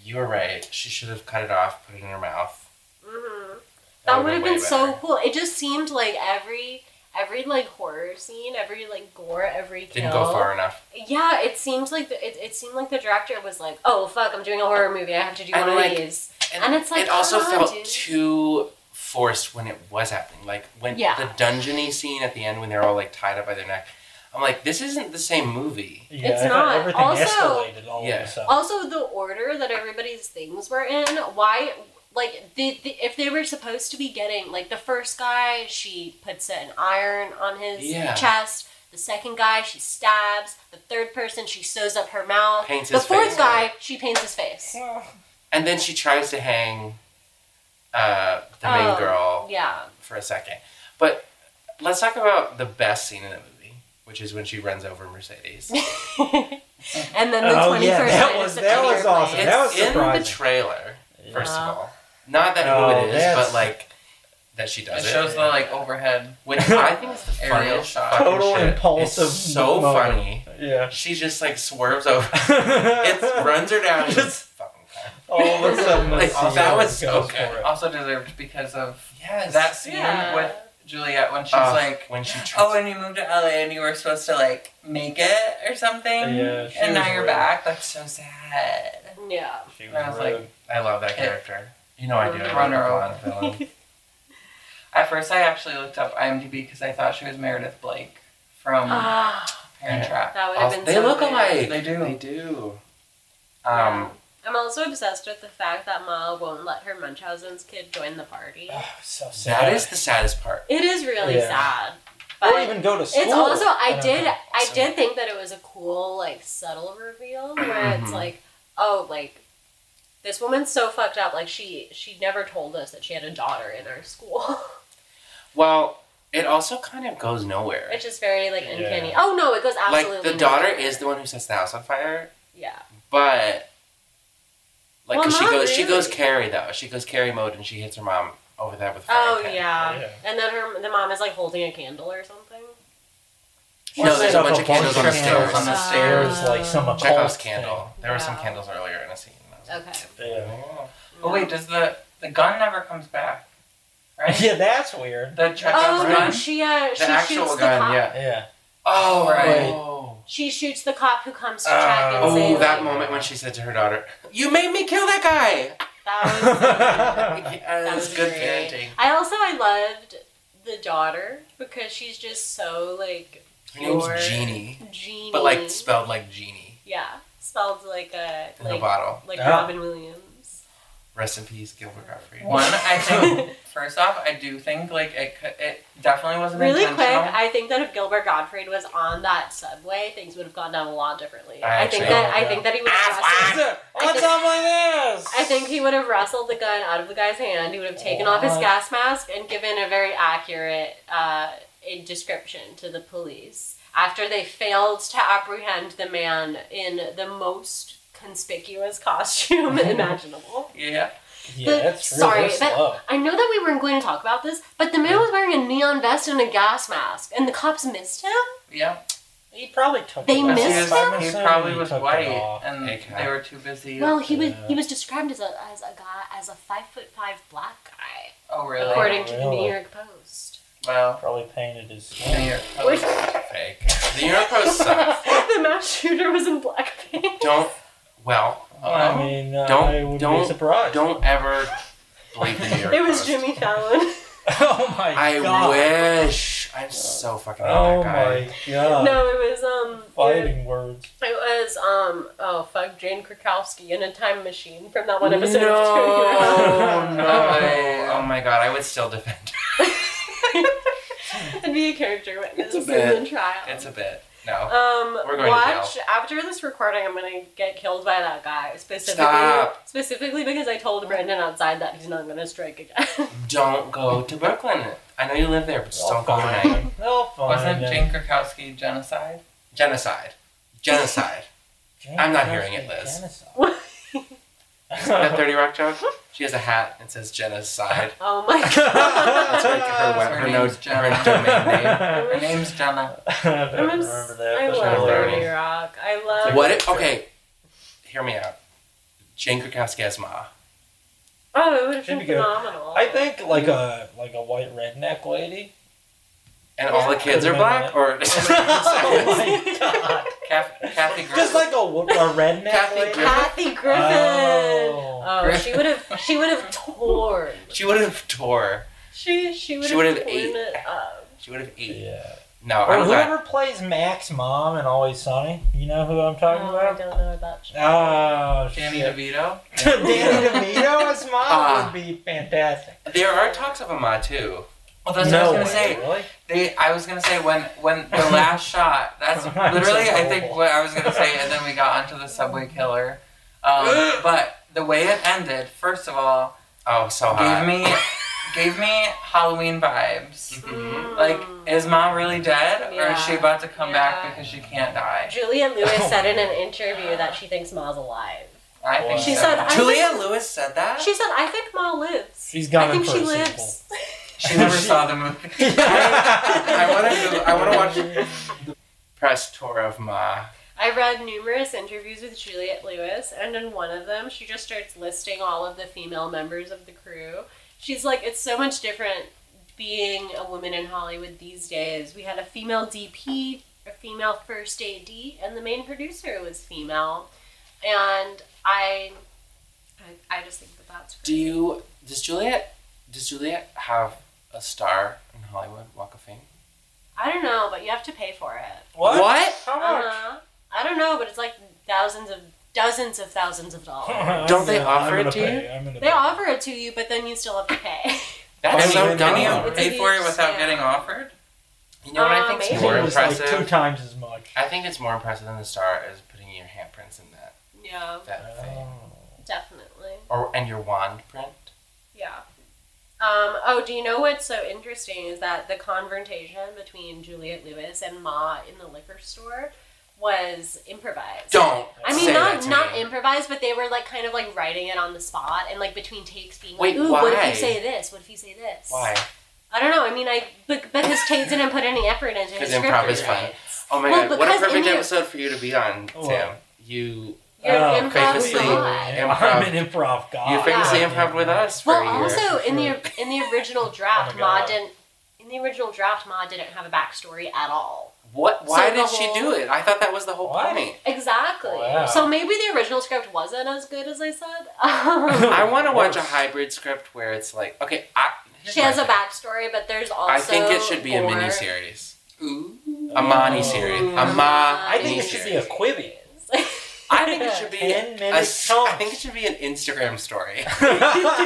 S2: you were right. She should have cut it off, put it in her mouth.
S1: hmm That would have
S2: would've
S1: been
S2: way
S1: so
S2: better.
S1: cool. It just seemed like every every like horror scene, every like gore, every kill.
S2: Didn't go far enough.
S1: Yeah, it seems like the, it, it seemed like the director was like, "Oh fuck, I'm doing a horror movie. I have to do
S2: And,
S1: one
S2: like,
S1: of these." And it's like,
S2: it also
S1: come on,
S2: felt
S1: dude.
S2: too forced when it was happening. Like when
S1: Yeah.
S2: the dungeony scene at the end when they're all like tied up by their neck. I'm like, this isn't the same movie.
S3: Yeah,
S1: It's
S3: I thought
S1: not.
S3: Everything
S1: Also-
S3: escalated all
S2: Yeah.
S3: of a sudden.
S1: Also, the order that everybody's things were in. Why, like, the, the, if they were supposed to be getting like the first guy, she puts an iron on his
S2: Yeah.
S1: chest. The second guy, she stabs. The third person, she sews up her mouth.
S2: Paints
S1: the
S2: his
S1: fourth
S2: face.
S1: guy, she paints his face.
S2: And then she tries to hang uh, the
S1: Oh.
S2: main girl
S1: Yeah.
S2: for a second. But let's talk about the best scene in the movie, which is when she runs over Mercedes.
S1: and then the
S3: Oh,
S1: twenty
S3: yeah,
S1: first.
S3: that was- that was awesome.
S2: it's
S3: That was
S2: in
S3: surprising.
S2: the trailer, first
S1: Yeah.
S2: of all. Not that
S3: No,
S2: who it is,
S3: that's-
S2: but like that she
S4: It
S2: does it.
S4: shows the like overhead.
S2: [laughs] which I think is the
S4: Aerial
S2: funniest
S4: shot.
S2: fucking
S3: Total
S2: shit.
S3: impulsive
S2: It's so
S3: moment.
S2: funny.
S3: Yeah.
S2: She just like swerves over. [laughs]
S3: [laughs]
S2: It
S3: it's
S2: runs her down. and
S3: Just-
S2: Just fucking. car.
S3: all of a sudden.
S2: Like,
S3: the
S2: that was
S3: scene goes
S2: okay.
S3: for it.
S4: Also deserved because of
S2: Yes.
S4: that scene
S1: Yeah.
S4: with Juliet when she's
S2: Ugh,
S4: like,
S2: uh, when she. Treats,
S4: "Oh, and you moved to LA and you were supposed to like make it or something,
S3: Yeah, she
S4: and now
S3: was
S4: you're
S3: rude.
S4: back. That's so sad."
S1: Yeah.
S3: She
S4: And I was like,
S3: rude.
S2: I love that character. You know I do. I love
S4: Runner
S2: the
S4: over.
S2: blonde
S4: [laughs]
S2: villain.
S4: At first, I actually looked up IMDb because I thought she was Meredith Blake
S3: Um,
S4: from
S1: Ah,
S4: Parent
S2: Yeah.
S4: Trap.
S1: that would have
S2: Also-
S1: been.
S2: They
S1: so
S2: look
S1: good.
S2: alike.
S4: They do.
S2: They do.
S1: Yeah.
S2: Um,
S1: I'm also obsessed with the fact that Ma won't let her Munchausen's kid join the
S3: [sighs]
S1: party.
S3: oh, so sad.
S2: that is the saddest part.
S1: It is really
S3: Yeah.
S1: sad. But
S3: Or even go to school.
S1: it's also I
S3: don't
S1: did
S3: know.
S1: I
S2: So-
S1: did think that it was a cool like subtle reveal where it's
S3: Mm-hmm.
S2: Mhm.
S1: like oh like this woman's so fucked up like she she never told us that she had a daughter in our school. [laughs]
S2: Well, it also kind of goes nowhere.
S1: It's just very like
S3: Yeah.
S1: uncanny. Oh no, it goes absolutely
S2: like the
S1: nowhere.
S2: daughter is the one who sets the house on fire,
S1: yeah
S2: but like
S1: Well,
S2: 'cause she
S1: not
S2: goes, she goes
S1: really.
S2: carry though. She goes carry mode, and she hits her mom over the head with a frying
S1: oh
S2: pan.
S1: yeah.
S3: Yeah.
S1: and then her the mom is like holding a candle or something.
S2: No, there's a
S3: Set up
S2: bunch of candles on the
S3: candles
S2: stairs.
S3: on the
S1: Ah.
S3: stairs, like some occult
S2: Chekhov's
S3: thing.
S2: candle. There were some
S1: Yeah.
S2: candles earlier in a scene. I was like,
S1: Okay.
S3: Yeah.
S2: "Oh."
S4: But wait, does the the gun never comes back? Right?
S3: [laughs] yeah, that's weird.
S4: The E. check
S1: Oh,
S2: Right.
S1: no, she uh, she
S2: The actual
S1: shoots the
S2: gun,
S1: cop.
S2: yeah.
S3: Yeah.
S2: Oh,
S4: Right.
S2: Oh,
S1: She shoots the cop who comes to
S3: Uh,
S1: check and say,
S2: Oh,
S1: like,
S2: that moment when she said to her daughter, You made me kill that guy!
S1: that was
S2: Yeah,
S1: was
S2: it's good
S1: great.
S2: parenting.
S1: I also I loved the daughter because she's just so like
S2: Her name's
S1: Your-
S2: Jeannie,
S1: genie,
S2: but like spelled like Jeannie
S1: yeah, spelled like a
S2: in a
S1: like,
S2: bottle.
S1: like
S3: Yeah.
S1: Robin Williams.
S2: Rest in peace, Gilbert Gottfried.
S4: One, I
S2: [laughs]
S4: think. First off, I do think like it. cou- It definitely wasn't
S1: Really quick,
S4: intentional.
S1: I think that if Gilbert Gottfried was on that subway, things would have gone down a lot differently.
S2: I
S1: I, think
S2: actually-
S1: that I
S3: Yeah.
S1: think that he would
S4: That's
S1: have
S4: why.
S1: wrestled,
S3: What's up with this?
S1: I think he would have wrestled the gun out of the guy's hand. He would have taken off his
S3: What?
S1: gas mask and given a very accurate uh, eh, description to the police after they failed to apprehend the man in the most conspicuous [laughs] costume imaginable.
S4: yeah.
S3: Yeah,
S1: the-
S3: that's really
S1: sorry, that-
S3: slow.
S1: I know that we weren't going to talk about this, but the man was wearing a neon vest and a gas mask, and the cops missed him.
S4: Yeah.
S3: He probably took.
S1: They
S3: it.
S1: missed
S4: He,
S1: Miss
S4: was-
S1: him?
S4: he probably was
S3: Took it
S4: white,
S3: off.
S4: and
S2: Hey, Kat.
S4: they were too busy.
S1: Well, he was
S3: Yeah.
S1: he was described as a as a guy as a five foot five black guy,
S4: oh, really?
S1: according to the
S3: Really?
S1: New York Post.
S4: Wow.
S3: Probably painted his
S4: New
S3: skin.
S4: York
S2: Oh.
S1: Which [laughs]
S4: Post.
S2: Fake. The Europos suck.
S1: the mass shooter was in blackface.
S2: Don't. Well,
S3: I
S4: Oh,
S3: mean, uh,
S2: Don't-
S3: I would
S2: don't-
S3: be surprised.
S2: don't ever blame the New York
S1: It was
S2: Post. [laughs]
S1: Jimmy Fallon.
S3: [laughs] Oh my
S2: I
S3: god.
S2: wish. I'm so fucking
S3: Oh
S2: that guy.
S3: my god.
S1: No, it was um it,
S3: Fighting words.
S1: it was um oh fuck Jane Krakowski in a time machine from that one episode
S2: no,
S1: of Tony Rose. [laughs]
S2: no.
S4: No.
S2: Oh my god, I would still defend her.
S1: It'd be a character witness
S2: It's a
S1: in
S2: bit-
S1: the trial.
S2: It's a bit. No.
S1: Um,
S2: We're going to
S1: watch after this recording. I'm gonna get killed by that guy specifically.
S2: Stop.
S1: Specifically because I told Brandon outside that he's not gonna strike again. [laughs]
S2: Don't go to Brooklyn. I know you live there, but just don't go tonight.
S3: They'll find
S4: wasn't
S3: him.
S4: Jane Krakowski genocide?
S2: Genocide. [laughs] Genocide.
S3: Jane
S2: I'm not
S3: Krakowski
S2: hearing it, Liz.
S3: genocide.
S2: that
S3: [laughs]
S2: 30 Rock joke? She has a hat and says [laughs] genocide.
S1: oh my god!
S2: That's
S3: [laughs]
S2: like her, web, her,
S4: Her
S2: no,
S4: name's Jenna.
S2: her domain name.
S4: Her name's Jenna.
S3: I
S1: [laughs]
S3: don't
S1: I'm obs-
S3: remember that.
S1: I
S3: but
S1: love
S2: hilarious.
S1: Thirty Rock. I love.
S2: What if, okay, hear me out. Jane Krakowski as Ma.
S1: Oh, it would have
S3: Should
S1: been
S3: be good.
S1: phenomenal.
S3: I think like a like a white redneck lady.
S2: And all the kids are black?
S3: [laughs]
S2: Or. [laughs]
S3: oh my god!
S4: Kath- Kathy Griffin.
S3: [laughs] Just like a, wo- a redneck
S2: Kathy
S3: lady.
S2: Griffin.
S1: Kathy Griffin.
S3: Oh.
S1: Oh, she would have. She would have torn.
S2: she would have tore.
S1: She she would
S2: She
S1: have
S2: would have
S1: torn
S2: ate.
S1: it up.
S2: She would have eaten.
S3: Yeah.
S2: No,
S3: Or
S2: I'm glad.
S3: whoever plays Mac's mom and Always Sunny. You know who I'm
S1: Oh,
S3: talking
S1: I
S3: about?
S1: don't know about. She.
S3: Oh,
S4: Danny
S3: shit.
S4: DeVito.
S3: [laughs] Danny DeVito as mom
S2: Ah.
S3: would be fantastic.
S2: There are talks of a Ma too.
S4: Well, that's what I was gonna say.
S3: Really?
S4: They, I was gonna say when when the last shot. That's
S3: I'm
S4: literally
S3: so
S4: I think what I was gonna say, and then we got onto the subway killer.
S2: [gasps]
S4: Um, but the way it ended, first of all,
S2: Oh, so
S4: gave
S2: hot.
S4: me gave me Halloween vibes.
S2: Mhm.
S1: Mm.
S4: Like, is mom really dead, or is
S1: Yeah.
S4: she about to come
S1: Yeah.
S4: back because she can't die?
S1: Julia Lewis said
S2: [laughs]
S1: in an interview that she thinks Ma's alive.
S4: I think
S1: She
S4: so.
S1: said, I-
S2: Julia Lewis said that?
S1: She said, "I think Ma lives.
S3: She's
S1: I
S3: gone
S1: think
S3: for
S1: she
S3: a [laughs]
S1: lives."
S2: [laughs]
S4: she never saw the movie.
S3: sequel.
S2: I want to. I want to
S4: [laughs]
S2: watch the press tour of Ma.
S1: [laughs] I read numerous interviews with Juliette Lewis, and in one of them, she just starts listing all of the female members of the crew. She's like, "It's so much different being a woman in Hollywood these days. We had a female DP, a female first AD, and the main producer was female." And I, I, I just think that that's.
S2: Do
S1: great.
S2: you? Does Juliet? Does Juliet have a star in Hollywood Walk of Fame?
S1: I don't know, but you have to pay for it.
S3: What?
S2: What?
S3: How much?
S1: Uh, I don't know, but it's like thousands of dozens of thousands of
S2: [laughs]
S1: dollars.
S2: Don't they
S3: I'm
S2: offer
S3: gonna
S2: it to
S3: pay. I'm gonna
S1: they
S3: pay.
S1: offer it to you, but then you still have to pay. [laughs]
S2: That's
S3: Can
S2: so
S3: you-
S2: dumb.
S4: Can
S3: Wow.
S4: you
S2: You
S1: It's a
S4: pay for it
S1: huge
S4: without
S1: scam.
S4: getting offered?
S2: know what
S1: Uh,
S2: I think
S1: maybe.
S2: is more
S3: It was like two
S2: impressive?
S3: times as much.
S2: I think it's more impressive than the star is putting your handprints in that
S1: yeah,
S2: that thing,
S3: Oh.
S1: definitely.
S2: or and your wand print.
S1: Yeah. Um, oh, do you know what's so interesting is that the confrontation between Juliet Lewis and Ma in the liquor store was improvised.
S2: Don't.
S1: I mean,
S2: say
S1: not
S2: that to
S1: not
S2: me.
S1: improvised, but they were like kind of like writing it on the spot and like between takes, being
S2: Wait,
S1: like, "Ooh, what if
S2: why?
S1: you say this? What if you say this?"
S2: Why?
S1: I don't know. I mean, I bec- because Tate didn't put any effort into his
S2: 'Cause
S1: script.
S2: improv is
S1: rewrites.
S2: fun. Oh my
S1: Well,
S2: god! What a
S1: because
S2: perfect
S1: in the-
S2: episode for you to be on,
S3: Oh,
S2: Sam.
S3: wow.
S2: You
S1: You're
S3: Oh,
S1: an improv
S2: famously.
S1: god.
S2: Improv.
S3: I'm an improv god.
S2: You famously
S3: Yeah.
S2: improv with us for
S1: Well,
S2: a year.
S1: also in the
S3: sure. [laughs]
S1: in the original draft,
S3: Oh my
S1: Ma
S3: God.
S1: didn't. In the original draft, Ma didn't have a backstory at all.
S2: what? Why
S1: so the
S2: did she do
S1: whole-
S2: it? I thought that was the whole
S3: Why? [laughs]
S2: point.
S1: Exactly.
S3: Wow.
S1: So maybe the original script wasn't as good as I
S3: [laughs]
S1: said. [laughs]
S2: I want to watch a
S3: Worse.
S2: hybrid script where it's like, okay, I, here's
S1: she has
S2: my
S1: a
S2: thing.
S1: backstory, but there's also.
S2: I think it should be a
S1: more-
S2: mini series,
S4: Ooh.
S2: a Mani series, a Ma.
S3: I think it should be a
S2: miniseries.
S3: Quibi.
S1: [laughs]
S2: I think it
S3: [laughs]
S2: should be
S3: Ten
S2: a,
S3: minutes
S2: I
S3: tops.
S2: think
S3: [laughs]
S2: it should be an Instagram story. [laughs]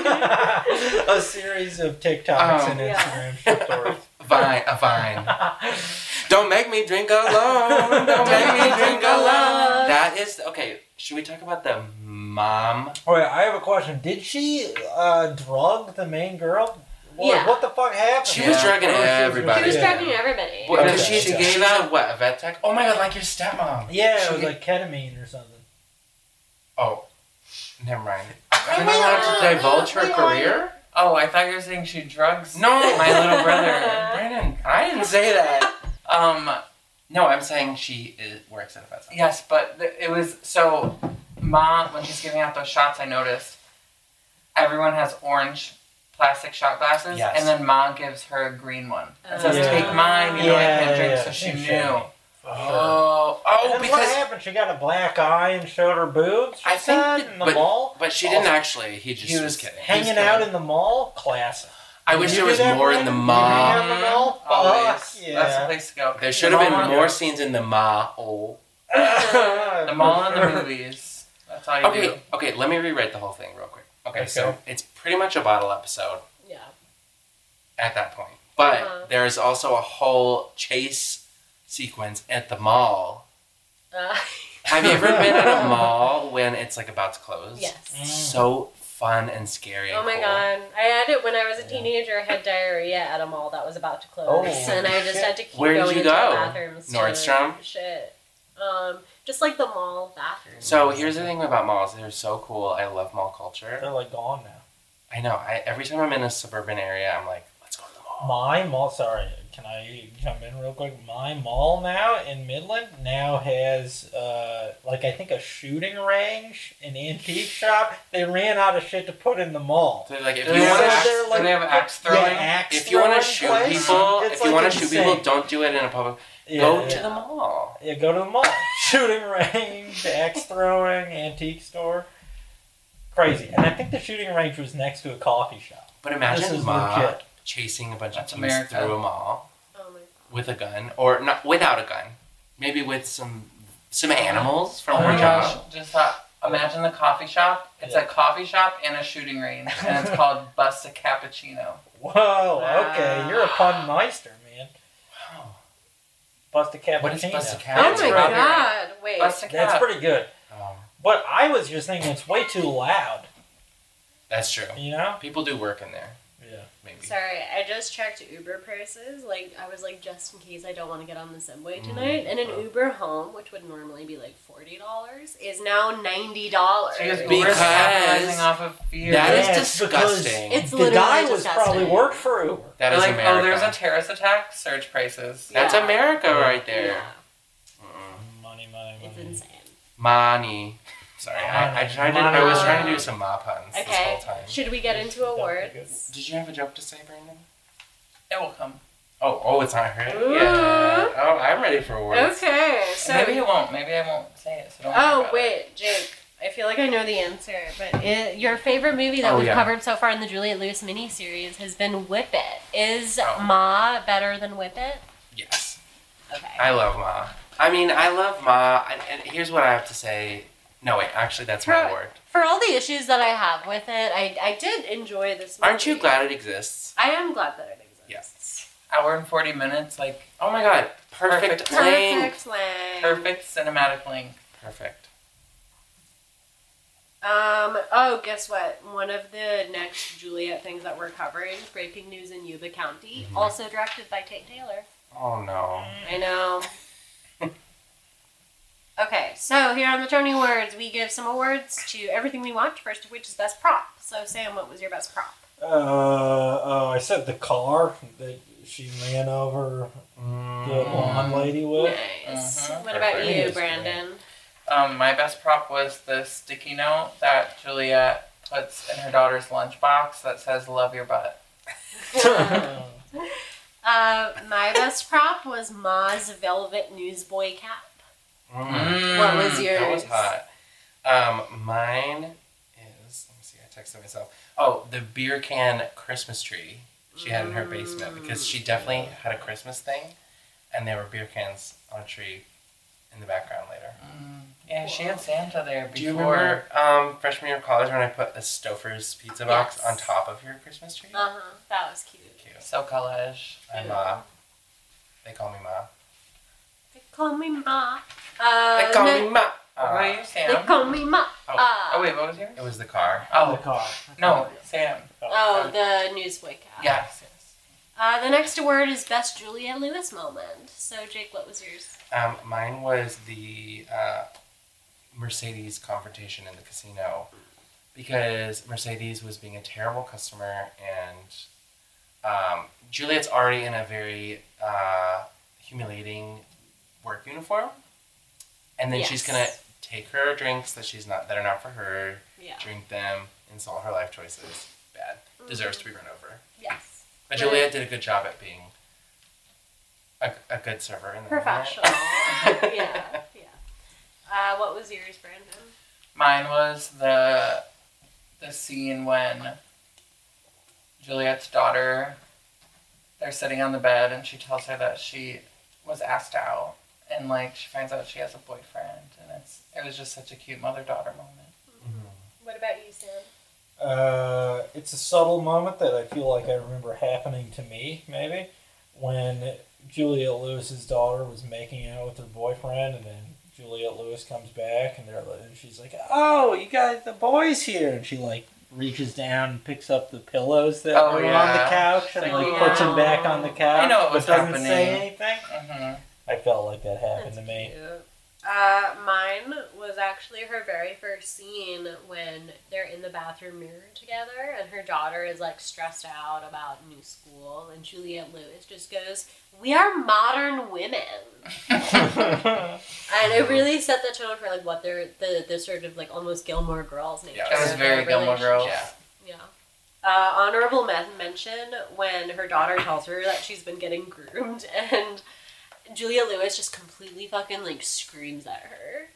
S3: a series of TikToks
S2: Um,
S3: and
S1: Yeah.
S3: Instagram stories.
S2: [laughs] Vine, a vine. Don't make me drink alone. Don't make me drink alone. That is okay. Should we talk about the mom?
S3: [laughs] Wait, I have a question. Did she uh, drug the main girl? What,
S1: Yeah.
S3: what the fuck happened?
S2: She
S4: was
S2: drugging
S3: Oh, she was
S2: everybody.
S1: She was
S2: Yeah.
S1: drugging everybody.
S3: What-
S2: Because
S3: Okay.
S2: she,
S3: Yeah.
S2: gave out what a vet tech. Oh my god, like your stepmom.
S3: Yeah, it
S2: She
S3: was
S2: ga-
S3: like ketamine or something.
S2: Oh, never mind.
S1: Oh
S2: Are we
S1: my
S2: not allowed
S1: God.
S2: to divulge her
S1: We are-
S2: career?
S4: Oh, I thought you were saying she drugs.
S2: No,
S4: my little
S2: [laughs]
S4: brother.
S2: Brandon, I didn't say that.
S4: Um,
S2: No, I'm saying she is, works at a vet.
S4: yes, but th- it was so. Mom, when she's giving out those shots, I noticed everyone has orange plastic shot glasses,
S2: Yes.
S4: and then Mom gives her a green one and says,
S3: Yeah.
S4: "Take mine." You know, I
S3: Yeah,
S4: can't drink,
S3: yeah,
S4: so she
S3: yeah,
S4: knew.
S3: sure.
S2: Oh,
S3: And
S2: oh,
S3: then what
S2: because
S3: happened? She got a black eye and showed her boobs. she
S2: I think
S3: said,
S2: that-
S3: in the
S2: but-
S3: mall,
S2: but she didn't actually. He just
S4: He
S2: was,
S4: was
S2: kidding.
S3: Oh. hanging out in the mall.
S2: [laughs]
S3: Classic.
S2: I wish
S3: You
S2: there
S3: do
S2: was
S3: that,
S2: more in the
S3: Brandon?
S2: ma.
S3: You do that in the mall? Fuck
S4: Um, Always. That's the
S3: yeah.
S4: place to go.
S2: There should have been
S4: Mom-
S2: more scenes in the ma. Oh.
S4: The mall
S3: [laughs]
S4: and the movies. That's all you do.
S2: Okay, okay. Let me rewrite the whole thing real quick. Okay, so
S3: Okay.
S2: it's pretty much a bottle episode
S1: Yeah.
S2: at that point, but
S1: Uh-huh.
S2: there is also a whole chase sequence at the mall.
S1: Uh, [laughs]
S2: Have you ever been at a mall when it's like about to close?
S3: Mm.
S1: yes.
S2: So fun and scary. and
S1: Oh my
S2: cool.
S1: god. I had it when I was a
S3: Yeah.
S1: teenager. I had diarrhea at a mall that was about to close.
S3: Oh,
S1: and I just
S3: shit.
S1: had to keep
S2: Where did
S1: going
S2: you
S1: into
S2: go?
S1: the bathrooms. to-
S2: Nordstrom?
S1: Shit. Um, just like the mall bathroom.
S2: So here's the thing about malls. They're so cool. I love mall culture.
S3: They're like gone now.
S2: I know. I every time I'm in a suburban area, I'm like, let's go to the mall.
S3: My mall. Sorry, can I jump in real quick? My mall now in Midland now has uh, like I think a shooting range, an antique shop. They ran out of shit to put in the mall.
S2: So like, if
S4: Do
S2: you
S4: they
S2: want
S4: have
S2: to
S4: axe-
S3: they're like-
S4: do they have axe
S3: Yeah,
S4: throwing?
S3: axe
S2: If you want
S3: throwing
S2: to shoot
S3: place.
S2: people,
S3: It's,
S2: if you
S3: like,
S2: want to shoot people,
S3: insane.
S2: don't do it in a public.
S3: Yeah,
S2: go
S3: yeah.
S2: to the mall.
S3: Yeah, go to the mall. [laughs] shooting range, axe throwing, antique store. Crazy. And I think the shooting range was next to a coffee shop.
S2: But
S3: this
S2: imagine
S3: is
S2: Ma
S3: legit.
S2: chasing a bunch
S4: That's
S2: of teens
S4: America.
S2: through a mall
S1: Oh my god.
S2: with a gun, or not without a gun, maybe with some some animals from
S4: Oh
S2: her
S4: my gosh,
S2: job.
S4: just thought, imagine the coffee shop. It's
S3: Yeah.
S4: a coffee shop and a shooting range,
S3: [laughs]
S4: and it's called Bust a Cappuccino.
S3: Whoa, okay. You're a pun meister, man.
S2: Wow.
S3: Bust a cappuccino.
S2: What is bust a
S1: Oh
S2: cat?
S1: my
S4: right.
S1: god. Wait.
S4: Bust a cap.
S3: That's pretty good.
S2: Um,
S3: But I was just thinking it's way too loud,
S2: that's true.
S3: you know?
S2: People do work in there,
S3: Yeah.
S2: maybe.
S1: Sorry, I just checked Uber prices. Like, I was like, just in case I don't want to get on the subway
S2: Mm.
S1: tonight. And an Uber home, which would normally be like forty dollars, is now ninety dollars.
S4: So you guys- we're
S2: Because-
S4: capitalizing off of fear.
S2: That is
S3: Yeah, it's
S2: disgusting.
S1: It's
S3: The
S1: literally
S3: guy was
S1: disgusting.
S3: probably worked for Uber.
S2: That
S4: They're
S2: is
S4: like,
S2: America.
S4: oh, there's a terrorist attack. Surge prices.
S2: That's
S1: Yeah.
S2: America right there.
S1: Yeah,
S2: Mm-mm.
S3: Money, money, money.
S1: it's insane.
S2: Mani. Sorry, I, I tried to. I was trying to do some ma puns this
S1: Okay.
S2: whole time.
S1: Should we get into
S3: That'd be
S1: awards?
S2: Did you have a joke to say, Brandon?
S4: It will come.
S2: Oh, oh, it's not her.
S1: Ooh.
S2: Yeah. Oh, I'm ready for awards.
S1: Okay,
S4: maybe
S1: so
S4: it won't. Maybe I won't say it. So don't worry
S1: oh
S4: about it.
S1: wait, Jake. I feel like I know the answer, but it, your favorite movie that
S2: Oh,
S1: we've
S2: yeah.
S1: covered so far in the Juliet Lewis miniseries has been Whip It. Is
S2: Oh.
S1: Ma better than Whip It?
S2: Yes,
S1: Okay.
S2: I love Ma. I mean, I love Ma. And, and here's what I have to say. No, wait. Actually, that's my
S1: Right.
S2: award.
S1: For all the issues that I have with it, I, I did enjoy this movie.
S2: Aren't you glad it exists?
S1: I am glad that it exists.
S4: Hour and forty minutes, like
S2: Oh my God! Perfect,
S4: Perfect.
S2: length.
S1: Perfect length.
S4: perfect cinematic length.
S2: Perfect.
S1: Um, oh, guess what? One of the next Juliet things that we're covering, Breaking News in Yuba County,
S2: Mhm.
S1: also directed by Tate Taylor.
S2: Oh no.
S1: I know. okay, so here on the Tony Awards, we give some awards to everything we watch, first of which is Best Prop. So, Sam, what was your best prop?
S3: Uh, oh, I said the car that she ran over the
S2: Mm.
S3: blonde lady with.
S1: Nice.
S4: Mhm.
S1: What about
S2: uh-huh. Perfect.
S1: you,
S3: Yes,
S1: Brandon?
S4: um, my best prop was the sticky note that Juliet puts in her daughter's lunchbox that says "Love your butt."
S3: Uh,
S2: [laughs]
S1: Uh, my best prop was Ma's velvet newsboy cap.
S2: Mm.
S1: What was
S2: That
S1: yours?
S2: was hot. Um, mine is. Let me see. I texted myself. Oh, the beer can Christmas tree she had in her basement because she definitely had a Christmas thing, and there were beer cans on a tree in the background later.
S4: Yeah, she had Santa there before.
S2: Do you remember um, freshman year of college when I put a Stouffer's pizza box
S1: Yes.
S2: on top of your Christmas tree?
S1: Uh huh. That was cute.
S2: Cute.
S4: So collage.
S2: I'm Ma. They call me Ma.
S1: They call me Ma. Uh,
S2: they call
S1: no,
S2: me Ma.
S4: what
S2: Uh,
S4: about you,
S1: They
S4: Sam?
S1: call me Ma.
S2: Oh.
S1: Uh,
S4: Oh wait, what was yours?
S2: it was the car.
S3: on the
S4: Oh
S3: car.
S4: no, Sam.
S1: oh, the newsboy cap.
S4: Yes.
S1: Uh, the next award is best Julia Lewis moment. So Jake, what was yours?
S2: Um, mine was the uh, Mercedes confrontation in the casino because Mercedes was being a terrible customer and um, Juliet's already in a very uh, humiliating work uniform, and then
S1: Yes.
S2: she's gonna take her drinks that she's not that are not for her,
S1: Yeah.
S2: drink them, insult her life choices. Bad deserves to be run over.
S1: Yes.
S2: But
S1: Mm-hmm. Right.
S2: Juliet did a good job at being a, a good server in the
S1: Professional. [laughs] yeah. Yeah. Uh, what was yours, Brandon?
S4: Mine was the the scene when Juliet's daughter they're sitting on the bed and she tells her that she was asked out and like she finds out she has a boyfriend and it's it was just such a cute mother daughter moment.
S2: Mm-hmm.
S1: What about you, Sam?
S3: Uh, it's a subtle moment that I feel like I remember happening to me, maybe, when Juliet Lewis's daughter was making out with her boyfriend, and then Juliet Lewis comes back, and they're and she's like, "Oh, you got the boys here," and she like reaches down and picks up the pillows that
S4: Oh,
S3: were on the
S4: yeah.
S3: couch and
S4: She's
S3: like
S4: like,
S3: puts them back on the couch.
S4: I know it was
S3: but doesn't say
S4: happening.
S3: anything.
S4: Mm-hmm.
S3: I felt like that happened to me.
S1: Cute. Uh, mine was actually her very first scene when they're in the bathroom mirror together, and her daughter is like stressed out about new school, and Juliette Lewis just goes, "We are modern women." Mm-hmm.
S4: [laughs]
S1: And
S4: Mm-hmm.
S1: it really set the tone for like what they're the the sort of like almost Gilmore Girls nature.
S2: Yeah,
S4: That was
S1: of their
S4: very Gilmore
S1: relationship.
S4: Girls.
S2: Yeah.
S1: Yeah. Uh, honorable men- mention when her daughter tells her that she's been getting groomed, [laughs] and Julia Lewis just completely fucking like screams at her.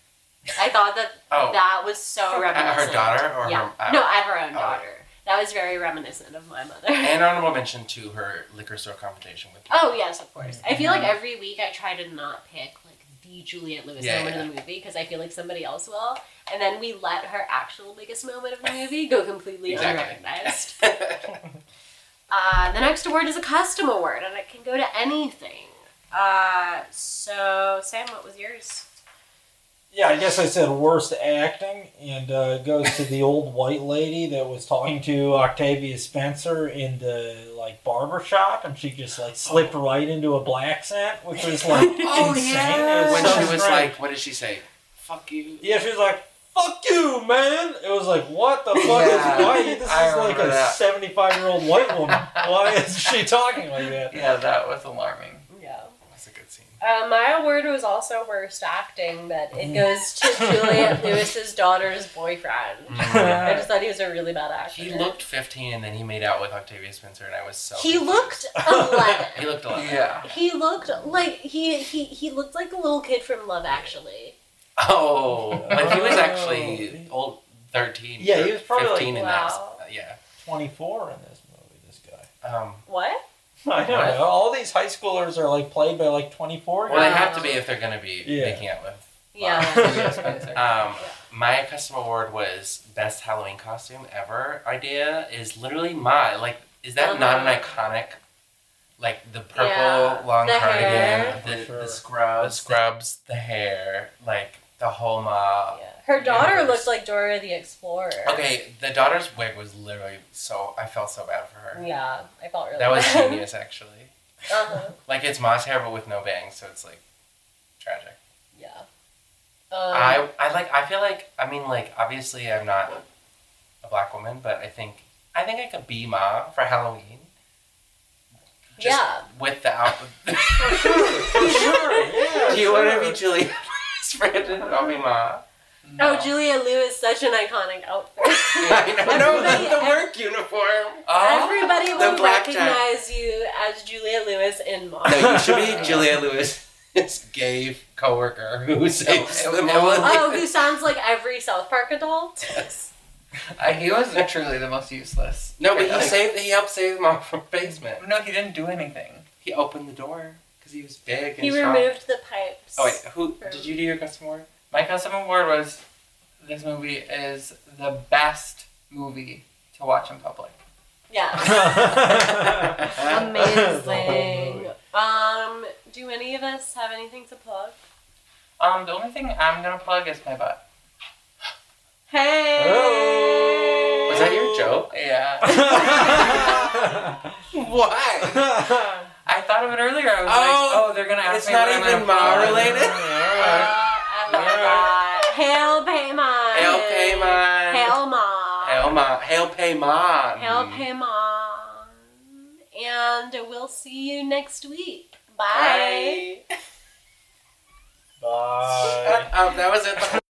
S1: I thought that
S2: [laughs] Oh.
S1: that was so
S2: At
S1: reminiscent.
S2: her daughter or
S1: yeah.
S2: her. uh,
S1: no, at her own
S2: oh.
S1: daughter. That was very reminiscent of my mother.
S2: And honorable mention to her liquor store confrontation with.
S1: [laughs] Oh yes, of course. I feel like
S2: Mm-hmm.
S1: every week I try to not pick like the Juliet Lewis
S2: Yeah,
S1: moment of the movie because I feel like somebody else will, and then we let her actual biggest moment of the movie go completely
S2: Exactly.
S1: unrecognized. Uh, the next award is a custom award, and it can go to anything. Uh, so Sam, what was yours?
S3: Yeah, I guess I said worst acting, and uh, it goes to the old white lady that was talking to Octavia Spencer in the like barber shop, and she just like slipped right into a black scent, which was [laughs] like
S2: Oh,
S3: insane.
S1: yeah.
S3: It
S2: [laughs]
S3: was
S2: when
S3: so
S2: she was
S3: strange.
S2: like, what did she say? Fuck you.
S3: yeah, she was like, "Fuck you, man." It was like, what the fuck
S4: Yeah,
S3: is why this
S4: I
S3: is like
S4: remember
S3: a
S4: that.
S3: seventy-five-year-old white woman? Why is she talking like that?
S4: Yeah, that was alarming.
S1: Yeah.
S2: That's a good scene.
S1: Uh, my award was also worst acting, but
S2: Mm.
S1: it goes to
S2: [laughs]
S1: Juliet Lewis's daughter's boyfriend.
S3: Mm.
S1: I just thought he was a really bad actor.
S2: He looked 15 and then he made out with Octavia Spencer and I was so.
S1: He
S2: confused. [laughs]
S1: looked eleven.
S2: He looked a lot.
S4: Yeah.
S1: He looked like he he he looked like a little kid from Love Actually.
S2: Oh, but he was actually old, 13.
S3: Yeah, he was probably like-
S2: 15 in that.
S1: Wow.
S2: uh, Yeah.
S3: Twenty-four in this movie, this guy.
S2: Um,
S1: What?
S3: I don't
S2: What?
S3: know. All these high schoolers are like played by like twenty-four.
S2: well, they have to be if they're going to be
S3: Yeah.
S2: making out with.
S1: Yeah.
S2: [laughs]
S4: Spencer.
S2: Um, my custom award was best Halloween costume ever. Idea is literally my like. Is that not an iconic? Like the purple
S1: Uh-huh. Yeah,
S2: long
S1: the
S2: cardigan,
S1: hair.
S2: the,
S3: For
S2: the
S3: sure.
S2: scrubs, the scrubs, the hair, like the whole mob.
S1: Yeah. Her daughter
S2: Oh. Universe.
S1: looked like Dora the Explorer.
S2: Okay, the daughter's wig was literally so. I felt so bad for her.
S1: Yeah, I felt really. [laughs]
S2: That was
S1: bad.
S2: genius, actually.
S1: uh-huh.
S2: Like it's Ma's hair, but with no bangs, so it's like tragic.
S1: Yeah. Um,
S2: I, I like I feel like I mean like obviously I'm not a black woman, but I think I think I could be Ma for Halloween. Just
S1: Yeah.
S2: [laughs] With the outfit.
S3: For sure, yeah.
S2: Do you want to
S3: sure.
S2: be Julia Louis Brandon, I'll be Ma.
S4: No.
S1: Oh, Julia Liu is such an iconic
S2: [laughs]
S1: outfit.
S2: I know. No, that's the
S1: Everybody-
S2: work uniform.
S4: Oh.
S1: Everybody
S2: the
S1: will
S2: black
S1: recognize
S2: jack.
S1: you as Julia Lewis in Mom.
S2: No, you should
S1: [laughs]
S2: be Julia Lewis's gay coworker who saves
S4: it-
S2: them
S4: it-
S2: all.
S1: oh, who sounds like every South Park adult?
S2: Yes.
S4: Uh, he was truly the most useless.
S2: [laughs] No, but he
S4: Like,
S2: saved. He helped save mom from basement.
S4: No, he didn't do anything.
S2: He opened the door because he was big. And
S1: He
S2: strong.
S1: removed the pipes.
S2: Oh wait, who did you do your custom work?
S4: My custom award was this movie is the best movie to watch in public.
S1: Yeah.
S2: [laughs]
S1: Amazing. Um, do any of us have anything to plug?
S4: Um, the only thing I'm gonna plug is my butt.
S1: Hey.
S3: Oh.
S2: Was that your [laughs] joke?
S4: Yeah.
S3: Amazing.
S2: Why?
S4: I thought of it earlier. I was
S2: Oh,
S4: like, oh, they're gonna ask
S2: it's
S4: me.
S2: not
S4: what I'm
S2: even
S4: gonna plug.
S2: Ma-related?
S1: Uh, I love that. Hail Paymon.
S2: Hail Paymon.
S1: Hail Ma.
S2: Hail ma. Hail Paymon.
S1: Hail Paymon. And we'll see you next week. Bye.
S2: Bye. Shut up, Uh, oh, That was it.